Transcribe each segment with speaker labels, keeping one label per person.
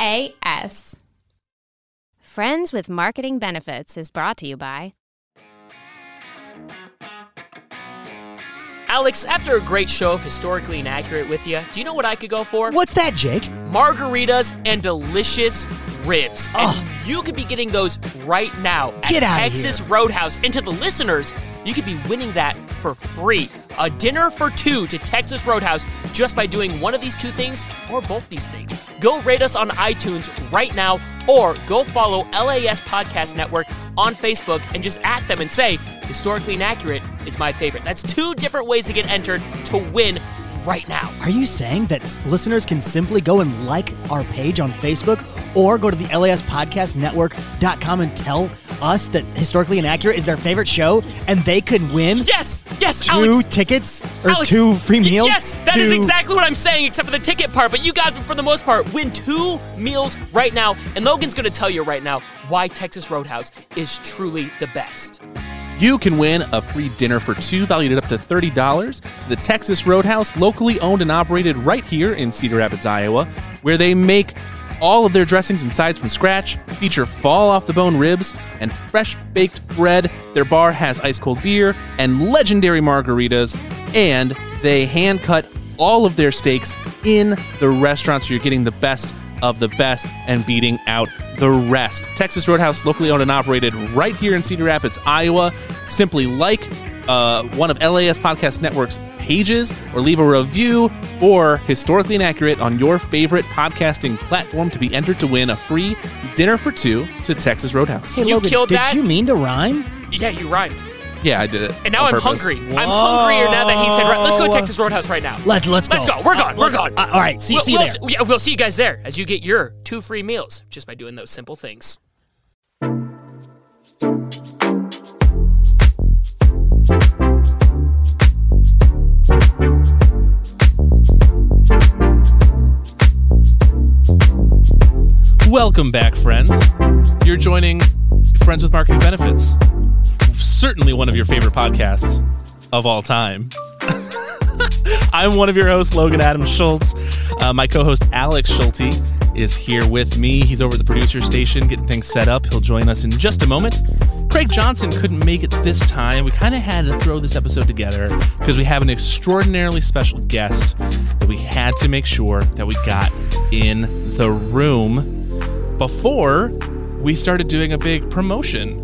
Speaker 1: LAS.
Speaker 2: Friends with Marketing Benefits is brought to you by
Speaker 3: Alex, after a great show of historically inaccurate with you, do you know what I could go for?
Speaker 4: What's that, Jake?
Speaker 3: Margaritas and delicious ribs. And you could be getting those right now at
Speaker 4: Get outta
Speaker 3: Texas
Speaker 4: here.
Speaker 3: Roadhouse. And to the listeners, you could be winning that for free. A dinner for two to Texas Roadhouse just by doing one of these two things or both these things. Go rate us on iTunes right now or go follow LAS Podcast Network on Facebook and just at them and say, historically inaccurate is my favorite. That's two different ways to get entered to win right now.
Speaker 4: Are you saying that s- listeners can simply go and like our page on Facebook or go to the LASPodcastNetwork.com and tell us that Historically Inaccurate is their favorite show and they could win
Speaker 3: Yes, yes,
Speaker 4: two
Speaker 3: Alex.
Speaker 4: tickets or
Speaker 3: Alex,
Speaker 4: two free
Speaker 3: y-
Speaker 4: meals?
Speaker 3: Yes, that is
Speaker 4: to-
Speaker 3: exactly what I'm saying, except for the ticket part. But you guys, for the most part, win two meals right now. And Logan's going to tell you right now why Texas Roadhouse is truly the best.
Speaker 5: You can win a free dinner for two valued at up to $30 to the Texas Roadhouse, locally owned and operated right here in Cedar Rapids, Iowa, where they make all of their dressings and sides from scratch, feature fall off the bone ribs and fresh baked bread. Their bar has ice cold beer and legendary margaritas, and they hand cut all of their steaks in the restaurant so you're getting the best of the best and beating out the rest. Texas Roadhouse, locally owned and operated right here in Cedar Rapids, Iowa. Simply like uh, one of LAS Podcast Network's pages or leave a review or historically inaccurate on your favorite podcasting platform to be entered to win a free dinner for two to Texas Roadhouse.
Speaker 4: Hey,
Speaker 3: You
Speaker 4: Logan,
Speaker 3: killed
Speaker 4: did
Speaker 3: that?
Speaker 4: you mean to rhyme?
Speaker 3: Yeah, you rhymed.
Speaker 5: Yeah, I did it.
Speaker 3: And now
Speaker 5: on
Speaker 3: I'm
Speaker 5: purpose.
Speaker 3: hungry. I'm hungrier now that he said, right, let's go to
Speaker 4: Whoa.
Speaker 3: Texas Roadhouse right now.
Speaker 4: Let, let's go.
Speaker 3: Let's go. We're gone. We're gone.
Speaker 4: Uh, all right, see,
Speaker 3: we'll,
Speaker 4: see you
Speaker 3: we'll
Speaker 4: there.
Speaker 3: s- yeah, we'll see you guys there as you get your two free meals just by doing those simple things.
Speaker 5: Welcome back, friends. You're joining Friends with Marketing Benefits, certainly one of your favorite podcasts of all time. I'm one of your hosts, Logan Adam Schultz. Uh, my co host, Alex Schulte, is here with me. He's over at the producer station getting things set up. He'll join us in just a moment. Craig Johnson couldn't make it this time. We kind of had to throw this episode together because we have an extraordinarily special guest that we had to make sure that we got in the room before we started doing a big promotion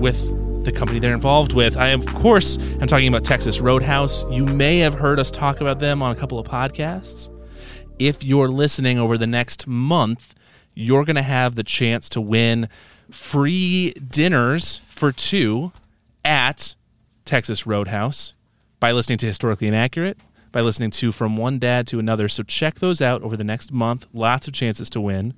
Speaker 5: with the company they're involved with. I of course am talking about Texas Roadhouse. You may have heard us talk about them on a couple of podcasts. If you're listening over the next month, you're going to have the chance to win free dinners for two at Texas Roadhouse by listening to Historically Inaccurate, by listening to From One Dad to Another. So check those out over the next month. Lots of chances to win.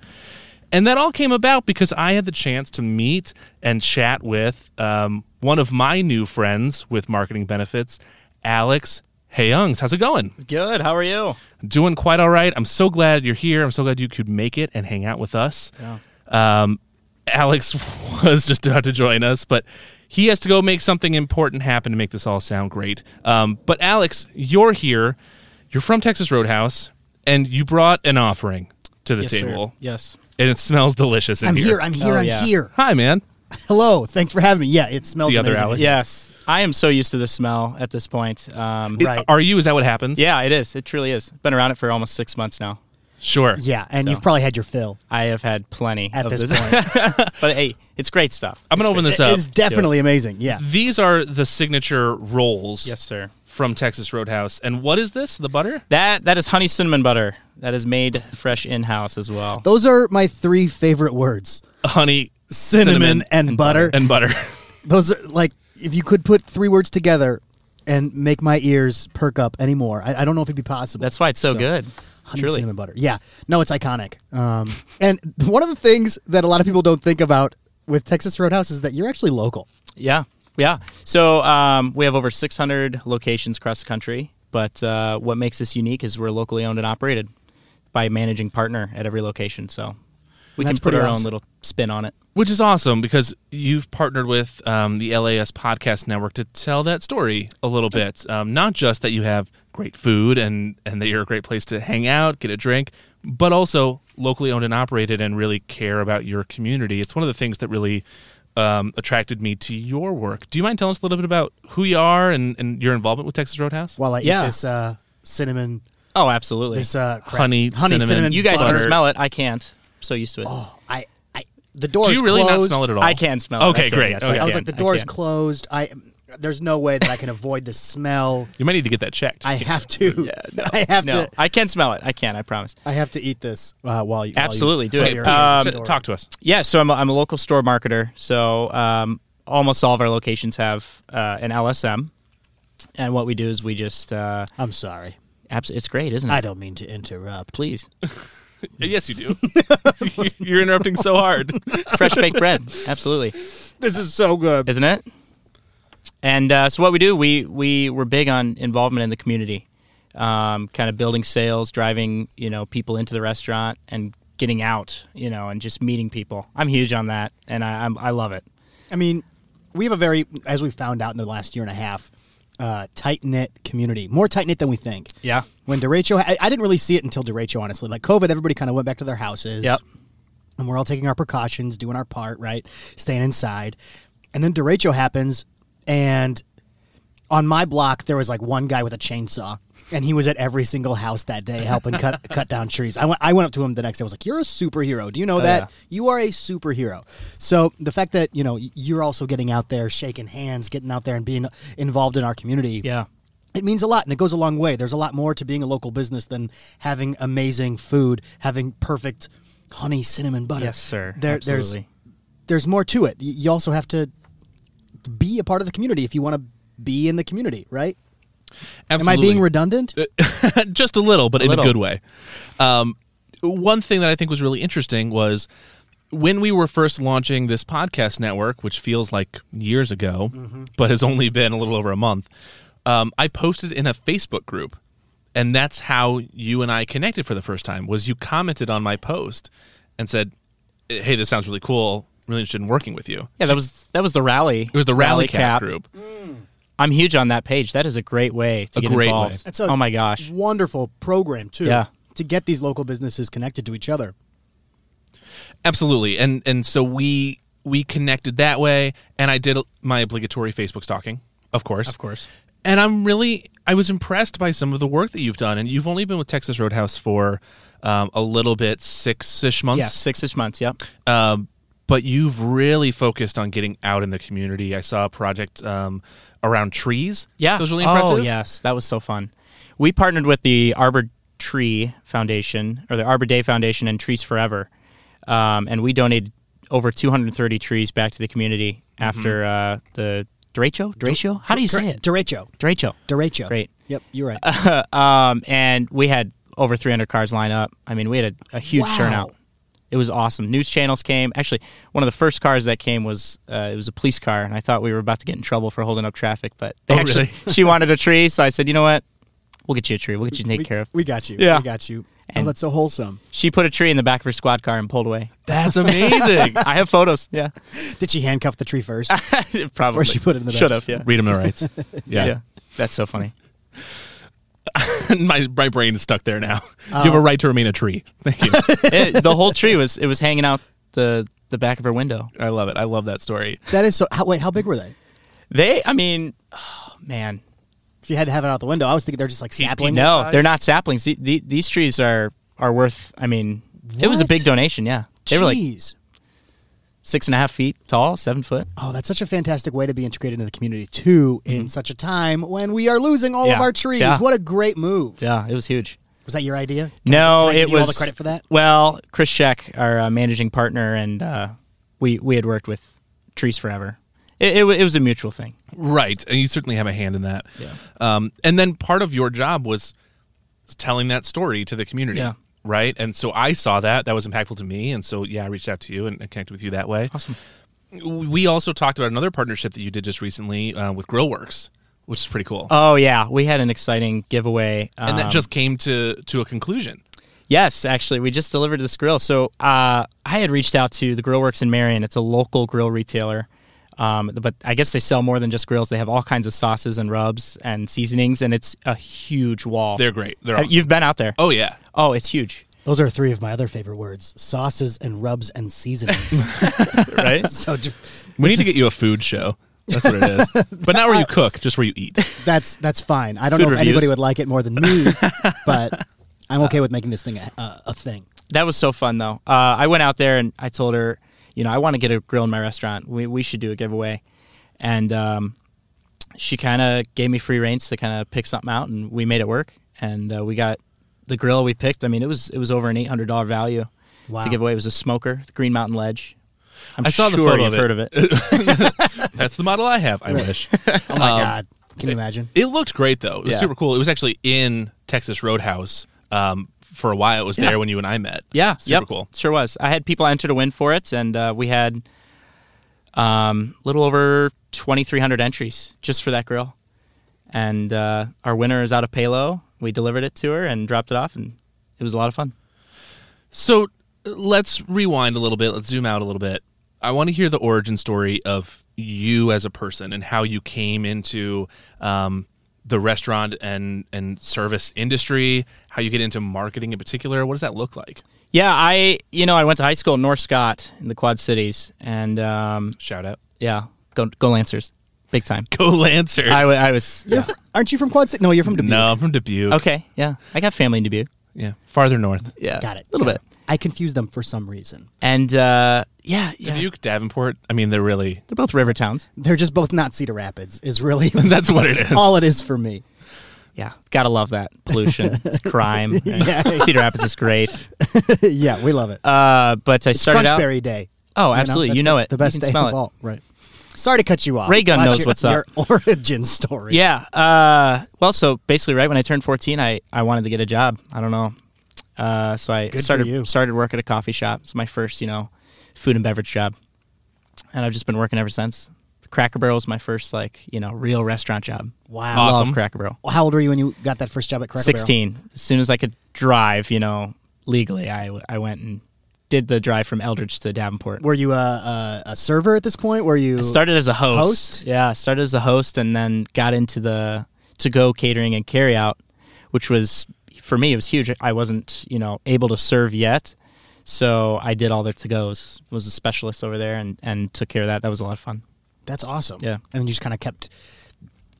Speaker 5: And that all came about because I had the chance to meet and chat with um, one of my new friends with marketing benefits, Alex Heyungs. How's it going?
Speaker 6: Good. How are you?
Speaker 5: Doing quite all right. I'm so glad you're here. I'm so glad you could make it and hang out with us. Um, Alex was just about to join us, but he has to go make something important happen to make this all sound great. Um, but Alex, you're here. You're from Texas Roadhouse, and you brought an offering to the
Speaker 6: yes,
Speaker 5: table
Speaker 6: Sir. Yes.
Speaker 5: and it smells delicious in
Speaker 4: I'm here. I'm here.
Speaker 6: Oh,
Speaker 4: I'm
Speaker 6: yeah.
Speaker 4: here.
Speaker 5: Hi, man.
Speaker 4: Hello. Thanks for having me. Yeah, it smells
Speaker 5: The other
Speaker 4: amazing.
Speaker 5: Alex.
Speaker 6: Yes. I am so used to the smell at this point. Um,
Speaker 4: It- Right.
Speaker 5: Are you? Is that what happens?
Speaker 6: yeah, it is. It truly is. Been around it for almost six months now.
Speaker 5: Sure.
Speaker 4: Yeah, and you've probably had your fill
Speaker 6: I have had plenty
Speaker 4: at
Speaker 6: of
Speaker 4: this point.
Speaker 6: but hey, it's great stuff.
Speaker 5: I'm going to
Speaker 6: It's
Speaker 5: open
Speaker 6: great.
Speaker 5: this
Speaker 4: it's
Speaker 5: up.
Speaker 4: definitely amazing. Yeah.
Speaker 5: These are the signature rolls
Speaker 6: Yes, sir.
Speaker 5: from Texas Roadhouse. And what is this? The butter?
Speaker 6: That that is honey cinnamon butter. That is made fresh in house as well.
Speaker 4: Those are my three favorite words
Speaker 5: Honey,
Speaker 4: cinnamon, and, butter.
Speaker 5: and butter.
Speaker 4: Those are like, if you could put three words together and make my ears perk up anymore, I, I don't know if it'd be possible.
Speaker 6: That's why it's so, good.
Speaker 4: Honey
Speaker 6: truly.
Speaker 4: cinnamon butter. Yeah. No, it's iconic. Um, and one of the things that a lot of people don't think about with Texas Roadhouse is that you're actually local.
Speaker 6: Yeah. Yeah. So um, we have over 600 locations across the country. But uh, what makes us unique is we're locally owned and operated by a managing partner at every location. So we
Speaker 4: That's
Speaker 6: can put
Speaker 4: pretty
Speaker 6: our
Speaker 4: awesome.
Speaker 6: own little spin on it.
Speaker 5: Which is awesome because you've partnered with um, the LAS Podcast Network to tell that story a little bit. Um, not just that you have great food and, and that you're a great place to hang out, get a drink, but also locally owned and operated and really care about your community. It's one of the things that really um, attracted me to your work. Do you mind telling us a little bit about who you are and, and your involvement with Texas Roadhouse?
Speaker 4: While I
Speaker 6: Yeah.
Speaker 4: eat this uh, cinnamon,
Speaker 6: Oh, absolutely.
Speaker 4: this uh, crap.
Speaker 5: Honey,
Speaker 4: honey,
Speaker 5: cinnamon.
Speaker 4: cinnamon.
Speaker 6: you guys
Speaker 4: butter.
Speaker 6: can smell it. I can't. I'm so used to it.
Speaker 4: Oh, I, I, the door.
Speaker 5: Do you really
Speaker 4: closed.
Speaker 5: not smell it at all?
Speaker 6: I can smell it.
Speaker 5: Okay,
Speaker 6: I can,
Speaker 5: great.
Speaker 6: yes,
Speaker 5: Okay.
Speaker 4: I was
Speaker 6: can.
Speaker 4: like, the
Speaker 6: I
Speaker 4: door is
Speaker 6: can.
Speaker 4: closed. I, there's no way that I can avoid the smell.
Speaker 5: You might need to get that checked.
Speaker 4: I have to.
Speaker 6: Yeah, no,
Speaker 4: I have
Speaker 6: no,
Speaker 4: to.
Speaker 6: I can smell it. I can. I promise.
Speaker 4: I have to eat this uh, while you. while you
Speaker 6: Absolutely, do
Speaker 4: tell
Speaker 6: it.
Speaker 4: your
Speaker 6: Um,
Speaker 4: story.
Speaker 5: Talk to us.
Speaker 6: Yeah, so I'm a, I'm a local store marketer. So um, almost all of our locations have uh, an LSM, and what we do is we just uh,
Speaker 4: I'm sorry.
Speaker 6: abs- it's great, isn't it?
Speaker 4: I don't mean to interrupt.
Speaker 6: Please,
Speaker 5: Yes, you do. You're interrupting so hard.
Speaker 6: fresh baked bread, absolutely,
Speaker 4: This is so good.
Speaker 6: isn't it? And uh, so what we do, we we we're big on involvement in the community, um, kind of building sales, driving you know people into the restaurant, and getting out, you know, and just meeting people. I'm huge on that, and I I'm, I love it.
Speaker 4: I mean, we have a very, as we found out in the last year and a half, uh, tight knit community. More tight knit than we think.
Speaker 6: Yeah.
Speaker 4: When derecho, I, I didn't really see it until derecho, honestly. Like COVID, everybody kind of went back to their houses.
Speaker 6: Yep.
Speaker 4: And we're all taking our precautions, doing our part, right? Staying inside. And then derecho happens, and on my block there was like one guy with a chainsaw and he was at every single house that day helping cut cut down trees. I went I went up to him the next day. I was like, "You're a superhero. Do you know that?
Speaker 6: Oh, yeah.
Speaker 4: You are a superhero." So, the fact that, you know, y- you're also getting out there, shaking hands, getting out there and being involved in our community.
Speaker 6: Yeah.
Speaker 4: It means a lot and it goes a long way. There's a lot more to being a local business than having amazing food, having perfect honey cinnamon butter.
Speaker 6: Yes, sir.
Speaker 4: There-
Speaker 6: absolutely.
Speaker 4: there's there's more to it. Y- You also have to be a part of the community if you want to be in the community, right? Am I being redundant?
Speaker 5: just a little, but in
Speaker 6: little.
Speaker 5: a good way. Um, one thing that I think was really interesting was when we were first launching this podcast network, which feels like years ago, but has only been a little over a month. Um, I posted in a Facebook group, and that's how you and I connected for the first time. Was you commented on my post and said, "Hey, this sounds really cool. Really interested in working with you."
Speaker 6: Yeah, that was that was the rally.
Speaker 5: It was the Rally, Cat group.
Speaker 6: I'm huge on that page. That is a great way to
Speaker 5: A
Speaker 6: get
Speaker 5: great way.
Speaker 6: involved.
Speaker 4: That's a
Speaker 6: oh my gosh.
Speaker 4: wonderful program too.
Speaker 6: Yeah.
Speaker 4: to get these local businesses connected to each other.
Speaker 5: Absolutely, and and so we we connected that way, and I did my obligatory Facebook stalking, of course, of
Speaker 6: course.
Speaker 5: And I'm really I was impressed by some of the work that you've done, and you've only been with Texas Roadhouse for um, a little bit, six ish months,
Speaker 6: Yeah, six ish months. Yep.
Speaker 5: um, but you've really focused on getting out in the community. I saw a project um, around trees.
Speaker 6: Yeah.
Speaker 5: that was really impressive.
Speaker 6: Oh yes, that was so fun. We partnered with the Arbor Tree Foundation or the Arbor Day Foundation and Trees Forever, um, and we donated over 230 trees back to the community
Speaker 5: Mm-hmm.
Speaker 6: after uh, the derecho. Derecho. How do you say it?
Speaker 4: Derecho,
Speaker 6: Derecho.
Speaker 4: derecho.
Speaker 6: Great.
Speaker 4: Yep, you're right.
Speaker 6: um, and we had over 300 cars line up. I mean, we had a, a huge
Speaker 4: Wow.
Speaker 6: turnout. It was awesome. News channels came. Actually, one of the first cars that came was uh, it was a police car, and I thought we were about to get in trouble for holding up traffic, but they
Speaker 5: Oh,
Speaker 6: actually
Speaker 5: really?
Speaker 6: she wanted a tree, so I said, you know what, we'll get you a tree. We'll get you taken
Speaker 4: we,
Speaker 6: care of.
Speaker 4: we got you.
Speaker 6: Yeah.
Speaker 4: we got you. oh,
Speaker 6: And-
Speaker 4: that's so wholesome.
Speaker 6: She put a tree in the back of her squad car and pulled away.
Speaker 5: that's amazing.
Speaker 6: I have photos. Yeah,
Speaker 4: Did she handcuff the tree first?
Speaker 6: probably.
Speaker 4: she put it in the back.
Speaker 6: Should have. Yeah.
Speaker 5: Read them the rights.
Speaker 6: yeah, That's so funny.
Speaker 5: my my brain is stuck there now. you have a right to remain a tree. Thank you.
Speaker 6: It- the whole tree was it was hanging out the the back of her window.
Speaker 5: I love it. I love that story.
Speaker 4: that is so. How, wait, how big were they?
Speaker 6: They, I mean, oh, man,
Speaker 4: If you had to have it out the window, I was thinking they're just like saplings.
Speaker 6: No, they're not saplings. The, the, these trees are are worth. I mean, it was a
Speaker 4: What?
Speaker 6: big donation. Yeah, they were like
Speaker 4: Jeez.
Speaker 6: six and a half feet tall, seven foot.
Speaker 4: Oh, that's such a fantastic way to be integrated into the community too. In such a time when we are losing all of
Speaker 6: Mm-hmm. Yeah.
Speaker 4: our trees,
Speaker 6: Yeah.
Speaker 4: what a great move!
Speaker 6: Yeah, it was huge.
Speaker 4: Was that your idea?
Speaker 6: no,
Speaker 4: can I
Speaker 6: it
Speaker 4: give you
Speaker 6: was
Speaker 4: all the credit for that?
Speaker 6: Well, Chris Sheck, our uh, managing partner, and uh, we we had worked with Trees Forever. It, it, wa- it was a mutual thing.
Speaker 5: Right. And you certainly have a hand in that. Yeah. Um, and then part of your job was telling that story to the community.
Speaker 6: Yeah.
Speaker 5: Right. And so I saw that. That was impactful to me. And so, yeah, I reached out to you and and connected with you that way.
Speaker 6: Awesome.
Speaker 5: We also talked about another partnership that you did just recently uh, with Grillworks, which is pretty cool.
Speaker 6: Oh yeah, we had an exciting giveaway,
Speaker 5: and that
Speaker 6: um,
Speaker 5: just came to, to a conclusion.
Speaker 6: Yes, actually, we just delivered this grill. So uh, I had reached out to the Grillworks in Marion. It's a local grill retailer, um, but I guess they sell more than just grills. They have all kinds of sauces and rubs and seasonings, and it's a huge wall.
Speaker 5: They're great. They're
Speaker 6: Have-
Speaker 5: awesome.
Speaker 6: You've been out there.
Speaker 5: Oh, yeah.
Speaker 6: Oh, it's huge.
Speaker 4: Those are three of my other favorite words: sauces and rubs and seasonings.
Speaker 6: right?
Speaker 4: so j-
Speaker 5: We need to get you a food show. That's what it is. But not where you cook, just where you eat.
Speaker 4: that's that's fine. I don't
Speaker 5: Food
Speaker 4: know if anybody
Speaker 5: reviews.
Speaker 4: would like it more than me, but I'm okay with making this thing a, a, a thing.
Speaker 6: That was so fun though. Uh, I went out there and I told her, you know, I want to get a grill in my restaurant. We we should do a giveaway, and um, she kind of gave me free reins to kind of pick something out, and we made it work. And uh, we got the grill we picked. I mean, it was it was over an eight hundred dollar value
Speaker 4: Wow.
Speaker 6: to give away. It was a smoker, the Green Mountain Ledge. I'm
Speaker 5: I saw the
Speaker 6: sure
Speaker 5: photo
Speaker 6: you've
Speaker 5: of it.
Speaker 6: heard of it.
Speaker 5: That's the model I have, I wish.
Speaker 4: Oh my
Speaker 6: Um,
Speaker 4: god! Can you imagine?
Speaker 5: It looked great though. It was
Speaker 6: Yeah.
Speaker 5: super cool. It was actually in Texas Roadhouse um, for a while. It was there when you and I met.
Speaker 6: yeah,
Speaker 5: super
Speaker 6: yep,
Speaker 5: cool.
Speaker 6: Sure was. I had people enter to win for it, and uh, we had um, a little over 2,300 entries just for that grill. And uh, our winner is out of Palo. We delivered it to her and dropped it off, and it was a lot of fun.
Speaker 5: So uh, let's rewind a little bit. Let's zoom out a little bit. I want to hear the origin story of you as a person and how you came into um, the restaurant and and service industry. How you get into marketing in particular. What does that look like?
Speaker 6: Yeah, I you know I went to high school in North Scott in the Quad Cities, and um,
Speaker 5: Shout out.
Speaker 6: yeah, go go Lancers, big time.
Speaker 5: Go Lancers.
Speaker 6: I, wa- I was
Speaker 4: You're
Speaker 6: yeah.
Speaker 4: f- aren't you from Quad City? No, you're from Dubuque.
Speaker 5: no, I'm from Dubuque.
Speaker 6: okay. Yeah, I got family in Dubuque.
Speaker 5: Yeah, farther north.
Speaker 6: Yeah,
Speaker 4: Got it.
Speaker 6: a little
Speaker 4: Got
Speaker 6: bit.
Speaker 4: it. I confuse them for some reason.
Speaker 6: And uh, yeah, yeah,
Speaker 5: Dubuque, Davenport. I mean, they're really.
Speaker 6: they're both river towns.
Speaker 4: They're just both not Cedar Rapids. Is really
Speaker 5: That's what it is.
Speaker 4: all it is for me.
Speaker 6: Yeah, gotta love that pollution, it's crime.
Speaker 4: Yeah.
Speaker 6: Cedar Rapids is great.
Speaker 4: yeah, we love it.
Speaker 6: Uh, but I started out.
Speaker 4: Crunchberry Day.
Speaker 6: Oh, absolutely,
Speaker 4: that's
Speaker 6: you know
Speaker 4: the-
Speaker 6: it.
Speaker 4: The best
Speaker 6: you can
Speaker 4: day
Speaker 6: smell
Speaker 4: of
Speaker 6: it.
Speaker 4: all. Right. Sorry to cut you off.
Speaker 6: Ray Gun
Speaker 4: What's
Speaker 6: knows
Speaker 4: your,
Speaker 6: what's up.
Speaker 4: Your origin story.
Speaker 6: Yeah. Uh, well, so basically, right when I turned fourteen, I, I wanted to get a job. I don't know. Uh, so I
Speaker 4: Good for
Speaker 6: started
Speaker 4: you.
Speaker 6: started work at a coffee shop. It's my first, you know, food and beverage job, and I've just been working ever since. Cracker Barrel was my first, like, you know, real restaurant job.
Speaker 4: Wow.
Speaker 6: I
Speaker 5: Awesome.
Speaker 6: Love Cracker Barrel.
Speaker 4: How old were you when you got that first job at Cracker Barrel?
Speaker 6: 16 as soon as i could drive you know legally i, w- I went and did the drive from eldridge to davenport
Speaker 4: Were you a, a, a server at this point? Were you
Speaker 6: i started as a host,
Speaker 4: Host?
Speaker 6: yeah I started as a host and then got into the to go catering and carry out which was for me it was huge i wasn't you know able to serve yet so i did all the to goes was a specialist over there and and took care of that that was a lot of fun
Speaker 4: That's awesome.
Speaker 6: Yeah.
Speaker 4: And you just kind of kept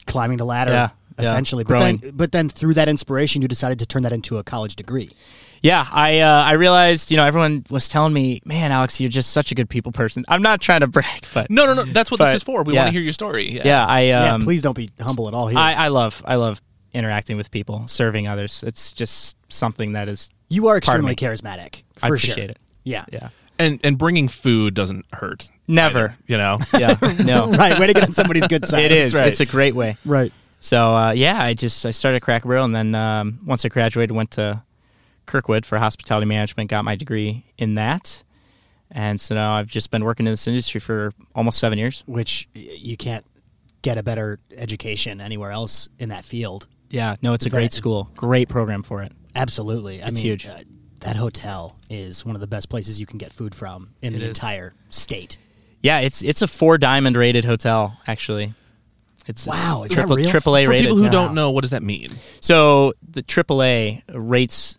Speaker 4: climbing the ladder,
Speaker 6: Yeah, yeah.
Speaker 4: essentially. But then,
Speaker 6: Growing.
Speaker 4: but then through that inspiration, you decided to turn that into a college degree.
Speaker 6: Yeah, I uh, I realized, you know, everyone was telling me, "Man, Alex, you're just such a good people person." I'm not trying to brag, but
Speaker 5: No, no, no. That's what this
Speaker 6: But-
Speaker 5: is for. We
Speaker 6: yeah.
Speaker 5: want to hear your story.
Speaker 6: yeah, I
Speaker 4: yeah.
Speaker 6: um,
Speaker 4: Please don't be humble at all here.
Speaker 6: I, I love I love interacting with people, serving others. It's just something that is
Speaker 4: you are
Speaker 6: Pardon
Speaker 4: extremely charismatic. For
Speaker 6: I
Speaker 4: sure.
Speaker 6: appreciate it.
Speaker 4: Yeah.
Speaker 6: yeah.
Speaker 5: And and bringing food doesn't hurt.
Speaker 6: Never.
Speaker 5: You know.
Speaker 6: Yeah. No.
Speaker 4: Right. Way to get on somebody's good side.
Speaker 6: It is.
Speaker 5: right.
Speaker 6: It's a great way.
Speaker 4: Right.
Speaker 6: So uh, yeah, I just I started Cracker Barrel and then um, once I graduated went to Kirkwood for hospitality management, got my degree in that. And so now I've just been working in this industry for almost seven years.
Speaker 4: Which y- you can't get a better education anywhere else in that field.
Speaker 6: Yeah, no, it's a great
Speaker 4: That-
Speaker 6: school. Great program for it.
Speaker 4: Absolutely. I
Speaker 6: It's
Speaker 4: mean,
Speaker 6: huge.
Speaker 4: Uh, that hotel is one of the best places you can get food from in the entire state.
Speaker 6: Yeah, it's it's a four diamond rated hotel actually. It's it's
Speaker 4: Wow, is that
Speaker 6: triple,
Speaker 4: real?
Speaker 6: triple A
Speaker 5: For
Speaker 6: rated.
Speaker 5: people who
Speaker 6: yeah.
Speaker 5: don't know, what does that mean?
Speaker 6: So the AAA rates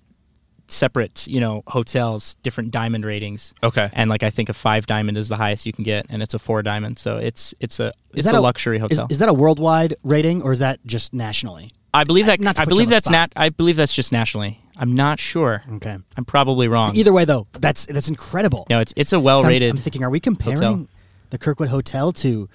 Speaker 6: separate, you know, hotels different diamond ratings.
Speaker 5: Okay.
Speaker 6: And like I think a five diamond is the highest you can get, and it's a four diamond. So it's it's a
Speaker 4: Is
Speaker 6: it's
Speaker 4: that
Speaker 6: a, luxury
Speaker 4: is-
Speaker 6: hotel.
Speaker 4: Is, that a worldwide rating or is that just nationally?
Speaker 6: I believe that
Speaker 4: not to
Speaker 6: I
Speaker 4: put you on
Speaker 6: believe
Speaker 4: the
Speaker 6: that's
Speaker 4: spot.
Speaker 6: not I believe that's just nationally. I'm not sure.
Speaker 4: Okay.
Speaker 6: I'm probably wrong.
Speaker 4: Either way, though, that's that's incredible.
Speaker 6: Um, no, it's it's a
Speaker 4: So
Speaker 6: well
Speaker 4: I'm-
Speaker 6: rated.
Speaker 4: I'm, thinking, are we comparing
Speaker 6: hotel.
Speaker 4: the Kirkwood Hotel to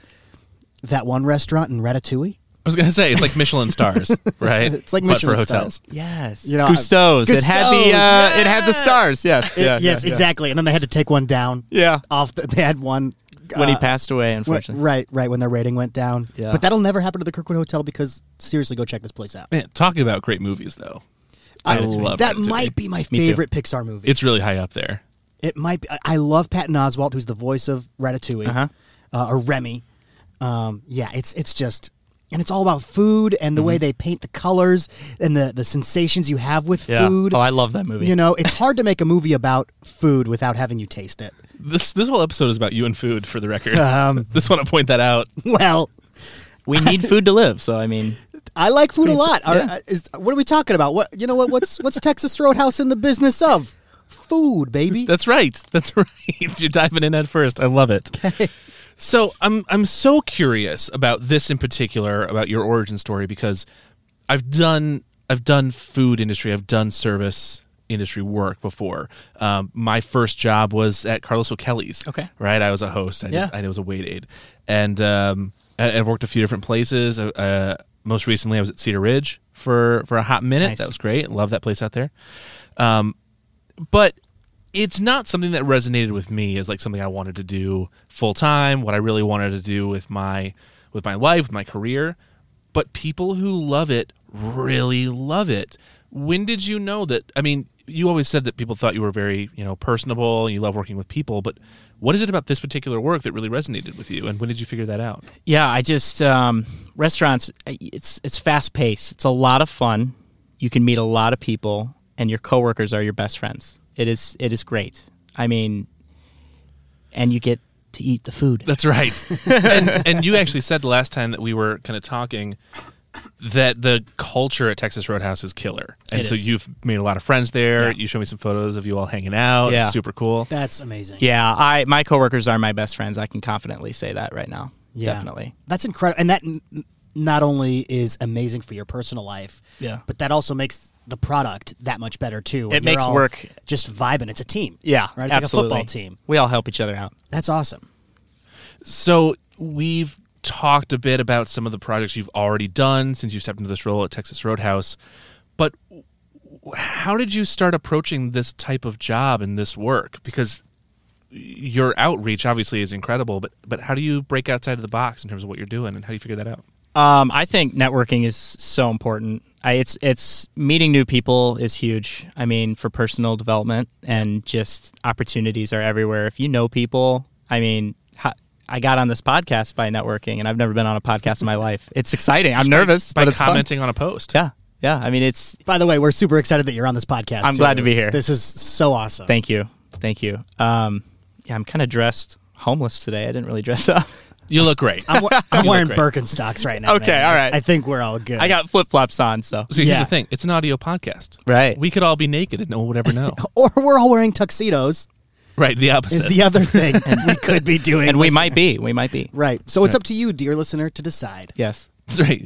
Speaker 4: that one restaurant in Ratatouille?
Speaker 5: I was gonna say it's like Michelin stars, right?
Speaker 4: It's like
Speaker 5: but for
Speaker 4: Michelin
Speaker 5: hotels.
Speaker 4: stars.
Speaker 6: Yes.
Speaker 4: You know, I-
Speaker 6: Gusto's. It had the uh,
Speaker 4: Gusto's,
Speaker 6: it had the stars. Yes.
Speaker 4: It-
Speaker 6: yeah,
Speaker 4: yes,
Speaker 6: yeah, yeah.
Speaker 4: exactly. And then they had to take one down.
Speaker 6: Yeah.
Speaker 4: Off. The, they had one
Speaker 6: When he
Speaker 4: uh,
Speaker 6: passed away,
Speaker 4: when-
Speaker 6: unfortunately.
Speaker 4: right, right when their rating went down.
Speaker 6: Yeah.
Speaker 4: But that'll never happen to the Kirkwood Hotel because seriously, go check this place out.
Speaker 5: Man, talking about great movies though,
Speaker 4: I,
Speaker 5: Ratatouille. love
Speaker 4: that
Speaker 5: Ratatouille.
Speaker 4: might be my
Speaker 6: Me too.
Speaker 4: favorite Pixar movie.
Speaker 5: it's really high up there.
Speaker 4: It might. Be, I- I love Patton Oswalt, who's the voice of Ratatouille,
Speaker 6: Uh-huh.
Speaker 4: uh, or Remy. Um, yeah, it's it's just, and it's all about food and the
Speaker 6: Mm-hmm.
Speaker 4: way they paint the colors and the the sensations you have with
Speaker 6: Yeah.
Speaker 4: food.
Speaker 6: Oh, I love that movie.
Speaker 4: you know, it's hard to make a movie about food without having you taste it.
Speaker 5: This this whole episode is about you and food, for the record.
Speaker 6: Um,
Speaker 5: just want to point that out.
Speaker 4: Well,
Speaker 6: we need food to live. So I mean,
Speaker 4: I like food a lot. Are-
Speaker 6: yeah.
Speaker 4: is, what are we talking about? What you know? What what's what's Texas Roadhouse in the business of? food, baby.
Speaker 5: That's right. That's right. You're diving in head first. I love it. So I'm I'm so curious about this in particular about your origin story because I've done I've done food industry I've done service industry work before. Um, my first job was at Carlos O'Kelly's.
Speaker 6: Okay.
Speaker 5: right. I was a host. I
Speaker 6: Yeah.
Speaker 5: did, I was a wait aide, and um, I, I've worked a few different places. Uh, Uh, most recently, I was at Cedar Ridge for for a hot minute.
Speaker 6: Nice.
Speaker 5: That was great. Love that place out there but it's not something that resonated with me as like something I wanted to do full time, what I really wanted to do with my with my life, with my career. But people who love it really love it. When did you know that I mean, you always said that people thought you were very, you know, personable and you love working with people, but what is it about this particular work that really resonated with you and when did you figure that out?
Speaker 6: Yeah, I just um, restaurants. I- It's it's fast paced. It's a lot of fun. You can meet a lot of people, and your coworkers are your best friends. It is it is great. I mean, and you get to eat the food.
Speaker 5: That's right. and, and you actually said last time that we were kind of talking that the culture at Texas Roadhouse is killer. And
Speaker 6: It
Speaker 5: so
Speaker 6: is.
Speaker 5: you've made a lot of friends there. You showed me some photos of you all hanging out.
Speaker 6: Yeah.
Speaker 5: It's super cool.
Speaker 4: That's amazing.
Speaker 6: yeah, I my coworkers are my best friends. I can confidently say that right now.
Speaker 4: Yeah.
Speaker 6: Definitely.
Speaker 4: That's incredible. And that n- n- not only is amazing for your personal life,
Speaker 6: Yeah.
Speaker 4: but that also makes the product that much better too. when
Speaker 6: It
Speaker 4: you're
Speaker 6: makes
Speaker 4: all
Speaker 6: work-
Speaker 4: just vibing. It's a team.
Speaker 6: Yeah,
Speaker 4: Right? It's
Speaker 6: absolutely.
Speaker 4: like a football team.
Speaker 6: We all help each other out.
Speaker 4: That's awesome.
Speaker 5: So we've talked a bit about some of the projects you've already done since you stepped into this role at Texas Roadhouse. But w- how did you start approaching this type of job and this work? Because your outreach obviously is incredible, but but how do you break outside of the box in terms of what you're doing and how do you figure that out?
Speaker 6: Um, I think networking is so important. I, it's it's meeting new people is huge. I mean, for personal development and just opportunities are everywhere. If you know people, I mean, ho- I got on this podcast by networking, and I've never been on a podcast in my life. It's exciting. I'm nervous,
Speaker 5: by
Speaker 6: but it's fun.
Speaker 5: commenting on a post.
Speaker 6: Yeah, yeah. I mean, it's
Speaker 4: By the way, we're super excited that you're on this podcast.
Speaker 6: I'm
Speaker 4: too.
Speaker 6: glad to be here.
Speaker 4: This is so awesome.
Speaker 6: thank you, thank you. Um, yeah, I'm kind of dressed homeless today. I didn't really dress up.
Speaker 5: You look great.
Speaker 4: I'm, wa- I'm wearing
Speaker 5: great.
Speaker 4: Birkenstocks right now.
Speaker 6: Okay,
Speaker 4: man.
Speaker 6: all right.
Speaker 4: I think we're all good.
Speaker 6: I got flip flops on, so
Speaker 5: so here's
Speaker 4: yeah.
Speaker 5: the thing: it's an audio podcast,
Speaker 6: Right.
Speaker 5: We could all be naked and no one would ever know.
Speaker 4: or we're all wearing tuxedos.
Speaker 5: right. The opposite.
Speaker 4: Is the other thing we could be doing,
Speaker 6: and we
Speaker 4: Listen-
Speaker 6: might be, we might be.
Speaker 4: Right. So it's up to you, dear listener, to decide.
Speaker 6: Yes.
Speaker 5: That's right.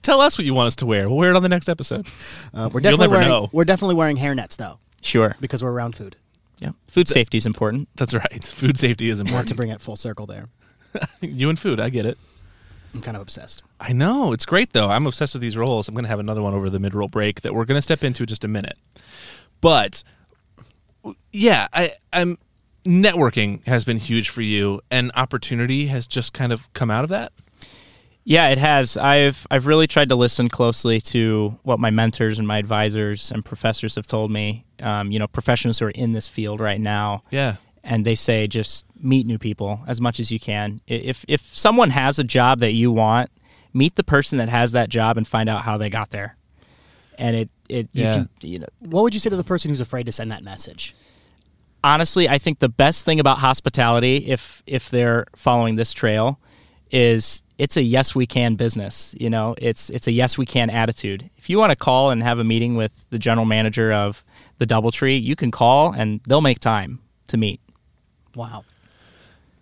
Speaker 5: Tell us what you want us to wear. We'll wear it on the next episode.
Speaker 4: Uh, we're
Speaker 5: You'll
Speaker 4: definitely
Speaker 5: never
Speaker 4: wearing
Speaker 5: know.
Speaker 4: we're definitely wearing hairnets though
Speaker 6: Sure.
Speaker 4: because we're around food.
Speaker 6: Yeah. Food safety is important.
Speaker 5: That's right. Food safety is
Speaker 4: Not to
Speaker 5: important.
Speaker 4: bring it full circle there.
Speaker 5: you and food. I get it.
Speaker 4: I'm kind of obsessed.
Speaker 5: I know. It's great though. I'm obsessed with these roles. I'm going to have another one over the mid roll break that we're going to step into in just a minute. But w- yeah, I, I'm networking has been huge for you, and opportunity has just kind of come out of that.
Speaker 6: Yeah, it has. I've I've really tried to listen closely to what my mentors and my advisors and professors have told me. Um, you know, professionals who are in this field right now.
Speaker 5: Yeah.
Speaker 6: And they say just meet new people as much as you can. I- If if someone has a job that you want, meet the person that has that job and find out how they got there. And it it you
Speaker 5: Yeah.
Speaker 6: can you know
Speaker 4: What would you say to the person who's afraid to send that message?
Speaker 6: honestly, I think the best thing about hospitality, if if they're following this trail, is it's a yes we can business. You know, it's it's a yes we can attitude. If you want to call and have a meeting with the general manager of the DoubleTree, you can call and they'll make time to meet.
Speaker 4: Wow.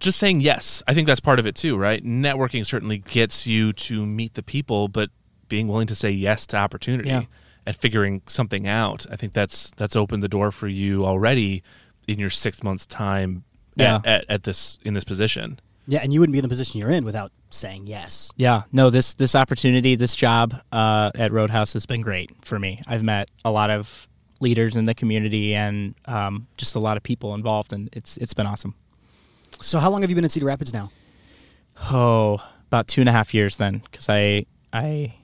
Speaker 5: just saying yes. I think that's part of it too, right? Networking certainly gets you to meet the people, but being willing to say yes to opportunity
Speaker 6: Yeah.
Speaker 5: and figuring something out, I think that's that's opened the door for you already in your six months time
Speaker 6: Yeah.
Speaker 5: at, at, at this in this position.
Speaker 4: Yeah, and you wouldn't be in the position you're in without saying yes.
Speaker 6: Yeah, no this this opportunity, this job uh, at Roadhouse has been great for me. I've met a lot of leaders in the community and um, just a lot of people involved, and it's it's been awesome.
Speaker 4: So how long have you been in Cedar Rapids now?
Speaker 6: Oh, about two and a half years then, because I, I,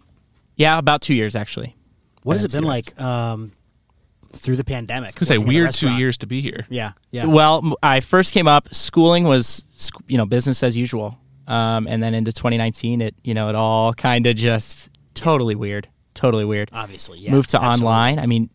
Speaker 6: yeah, about two years actually.
Speaker 4: What has
Speaker 6: Yeah,
Speaker 4: it been
Speaker 6: Cedar
Speaker 4: like um, through the pandemic?
Speaker 5: Because say
Speaker 4: working in a
Speaker 5: weird two
Speaker 4: restaurant?
Speaker 5: years to be here.
Speaker 4: Yeah, yeah.
Speaker 6: Well, m- I first came up. Schooling was, sc- you know, business as usual, um, and then into 2019, it, you know, it all kind of just totally weird, totally weird.
Speaker 4: Obviously, yeah.
Speaker 6: Moved to
Speaker 4: Absolutely.
Speaker 6: online. I mean,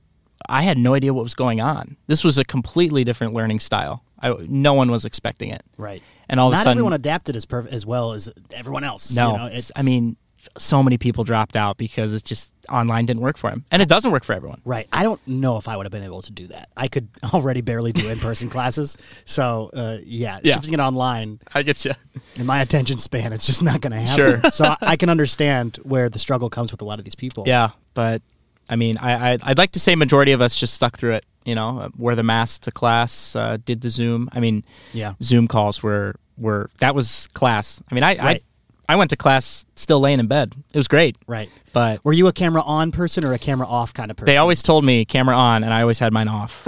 Speaker 6: I had no idea what was going on. This was a completely different learning style. I, no one was expecting it.
Speaker 4: Right.
Speaker 6: And all of
Speaker 4: Not
Speaker 6: a sudden,
Speaker 4: everyone adapted as perf- as well as everyone else.
Speaker 6: no,
Speaker 4: you know, it's,
Speaker 6: I mean, so many people dropped out because it's just online didn't work for him, and it doesn't work for everyone.
Speaker 4: Right. I don't know if I would have been able to do that. I could already barely do in person classes. So, uh, yeah,
Speaker 5: Yeah.
Speaker 4: shifting it online
Speaker 5: I get you.
Speaker 4: in my attention span, it's just not going to happen.
Speaker 5: Sure.
Speaker 4: So, I, I can understand where the struggle comes with a lot of these people.
Speaker 6: Yeah, but I mean, I, I I'd like to say majority of us just stuck through it. You know, uh, wore the mask to class, uh, did the Zoom. I mean,
Speaker 4: Yeah.
Speaker 6: Zoom calls were were that was class. I mean, I
Speaker 4: Right.
Speaker 6: I, I went to class still laying in bed. It was great,
Speaker 4: Right.
Speaker 6: but
Speaker 4: Were you a camera on person or a camera off kind of person?
Speaker 6: they always told me camera on, and I always had mine off.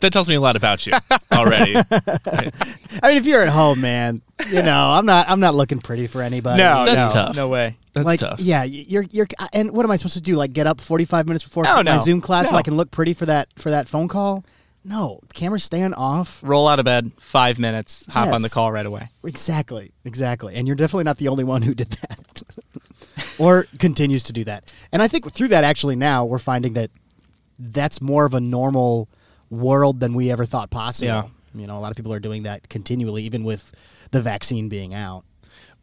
Speaker 5: That tells me a lot about you already.
Speaker 4: I mean, if you're at home, man, you know, I'm not. I'm not looking pretty for anybody.
Speaker 5: That's tough.
Speaker 6: No way.
Speaker 5: That's
Speaker 4: like,
Speaker 5: tough.
Speaker 4: Yeah, y- you're you're. And what am I supposed to do? Like, get up 45 minutes before
Speaker 6: No,
Speaker 4: my
Speaker 6: no.
Speaker 4: Zoom class so
Speaker 6: No.
Speaker 4: I can look pretty for that for that phone call? No, camera's staying off.
Speaker 6: Roll out of bed, five minutes, hop on the
Speaker 4: Yes.
Speaker 6: call right away.
Speaker 4: Exactly, exactly. And you're definitely not the only one who did that, or continues to do that. And I think through that, actually, now we're finding that that's more of a normal world than we ever thought possible.
Speaker 6: Yeah.
Speaker 4: You know, a lot of people are doing that continually, even with the vaccine being out.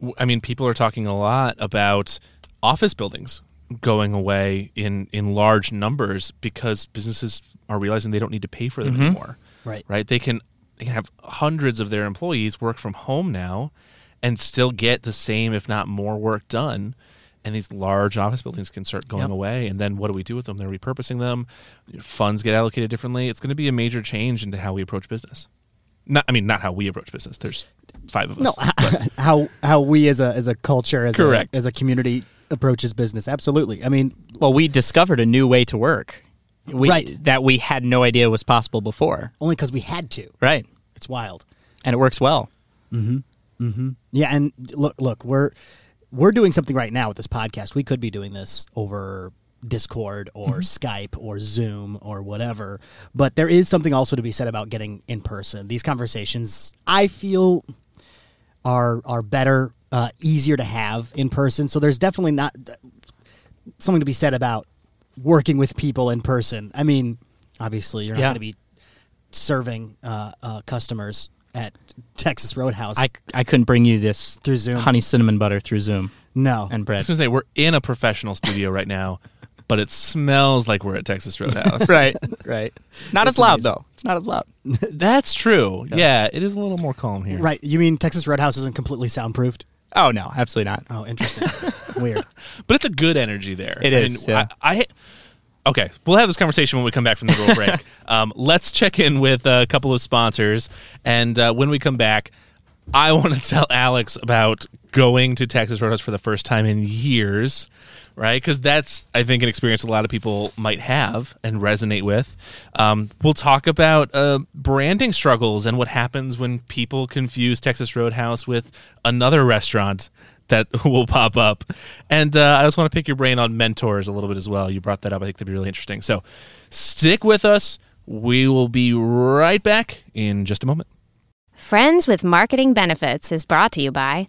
Speaker 5: w- I mean, people are talking a lot about office buildings going away in in large numbers because businesses are realizing they don't need to pay for them anymore.
Speaker 4: Mm-hmm. Right.
Speaker 5: Right. They can they can have hundreds of their employees work from home now, and still get the same, if not more, work done. And these large office buildings can start going away. And then what do we do with them? They're repurposing them. Funds get allocated differently. It's going to be a major change into how we approach business. Not, I mean, not how we approach business. There's five of us.
Speaker 4: No, how how we as a as a culture as
Speaker 5: Correct.
Speaker 4: a, as a community approaches business. Absolutely. I mean,
Speaker 6: Well, we discovered a new way to work we,
Speaker 4: Right.
Speaker 6: that we had no idea was possible before.
Speaker 4: only because we had to.
Speaker 6: Right.
Speaker 4: It's wild.
Speaker 6: And it works well.
Speaker 4: Yeah, and look, look, we're we're doing something right now with this podcast. We could be doing this over Discord
Speaker 6: Mm-hmm.
Speaker 4: or Skype or Zoom or whatever, but there is something also to be said about getting in person. These conversations, I feel, are are better, uh, easier to have in person. So there's definitely not uh, something to be said about working with people in person. I mean, obviously, you're not
Speaker 6: Yeah.
Speaker 4: going to be serving uh, uh, customers at Texas Roadhouse.
Speaker 6: I, I couldn't bring you this
Speaker 4: Through Zoom.
Speaker 6: honey cinnamon butter through Zoom
Speaker 4: no,
Speaker 6: and
Speaker 5: I
Speaker 6: bread.
Speaker 5: was gonna say we're in a professional studio right now, but it smells like we're at Texas Roadhouse.
Speaker 6: right. Right. Not as loud, though. It's not as loud.
Speaker 5: That's true. Yeah, it is a little more calm here.
Speaker 4: Right. You mean Texas Roadhouse isn't completely soundproofed?
Speaker 6: Oh, no. Absolutely not.
Speaker 4: Oh, interesting. Weird.
Speaker 5: but it's a good energy there.
Speaker 6: It
Speaker 5: I
Speaker 6: is,
Speaker 5: mean,
Speaker 6: yeah.
Speaker 5: I, I- okay. We'll have this conversation when we come back from the rule break. um, let's check in with a couple of sponsors, and uh, when we come back, I want to tell Alex about going to Texas Roadhouse for the first time in years. Right, because that's I think an experience a lot of people might have and resonate with. Um, we'll talk about uh, branding struggles and what happens when people confuse Texas Roadhouse with another restaurant that will pop up. And uh, I just want to pick your brain on mentors a little bit as well. You brought that up. I think that'd be really interesting. So stick with us. We will be right back in just a moment.
Speaker 2: Friends with Marketing Benefits is brought to you by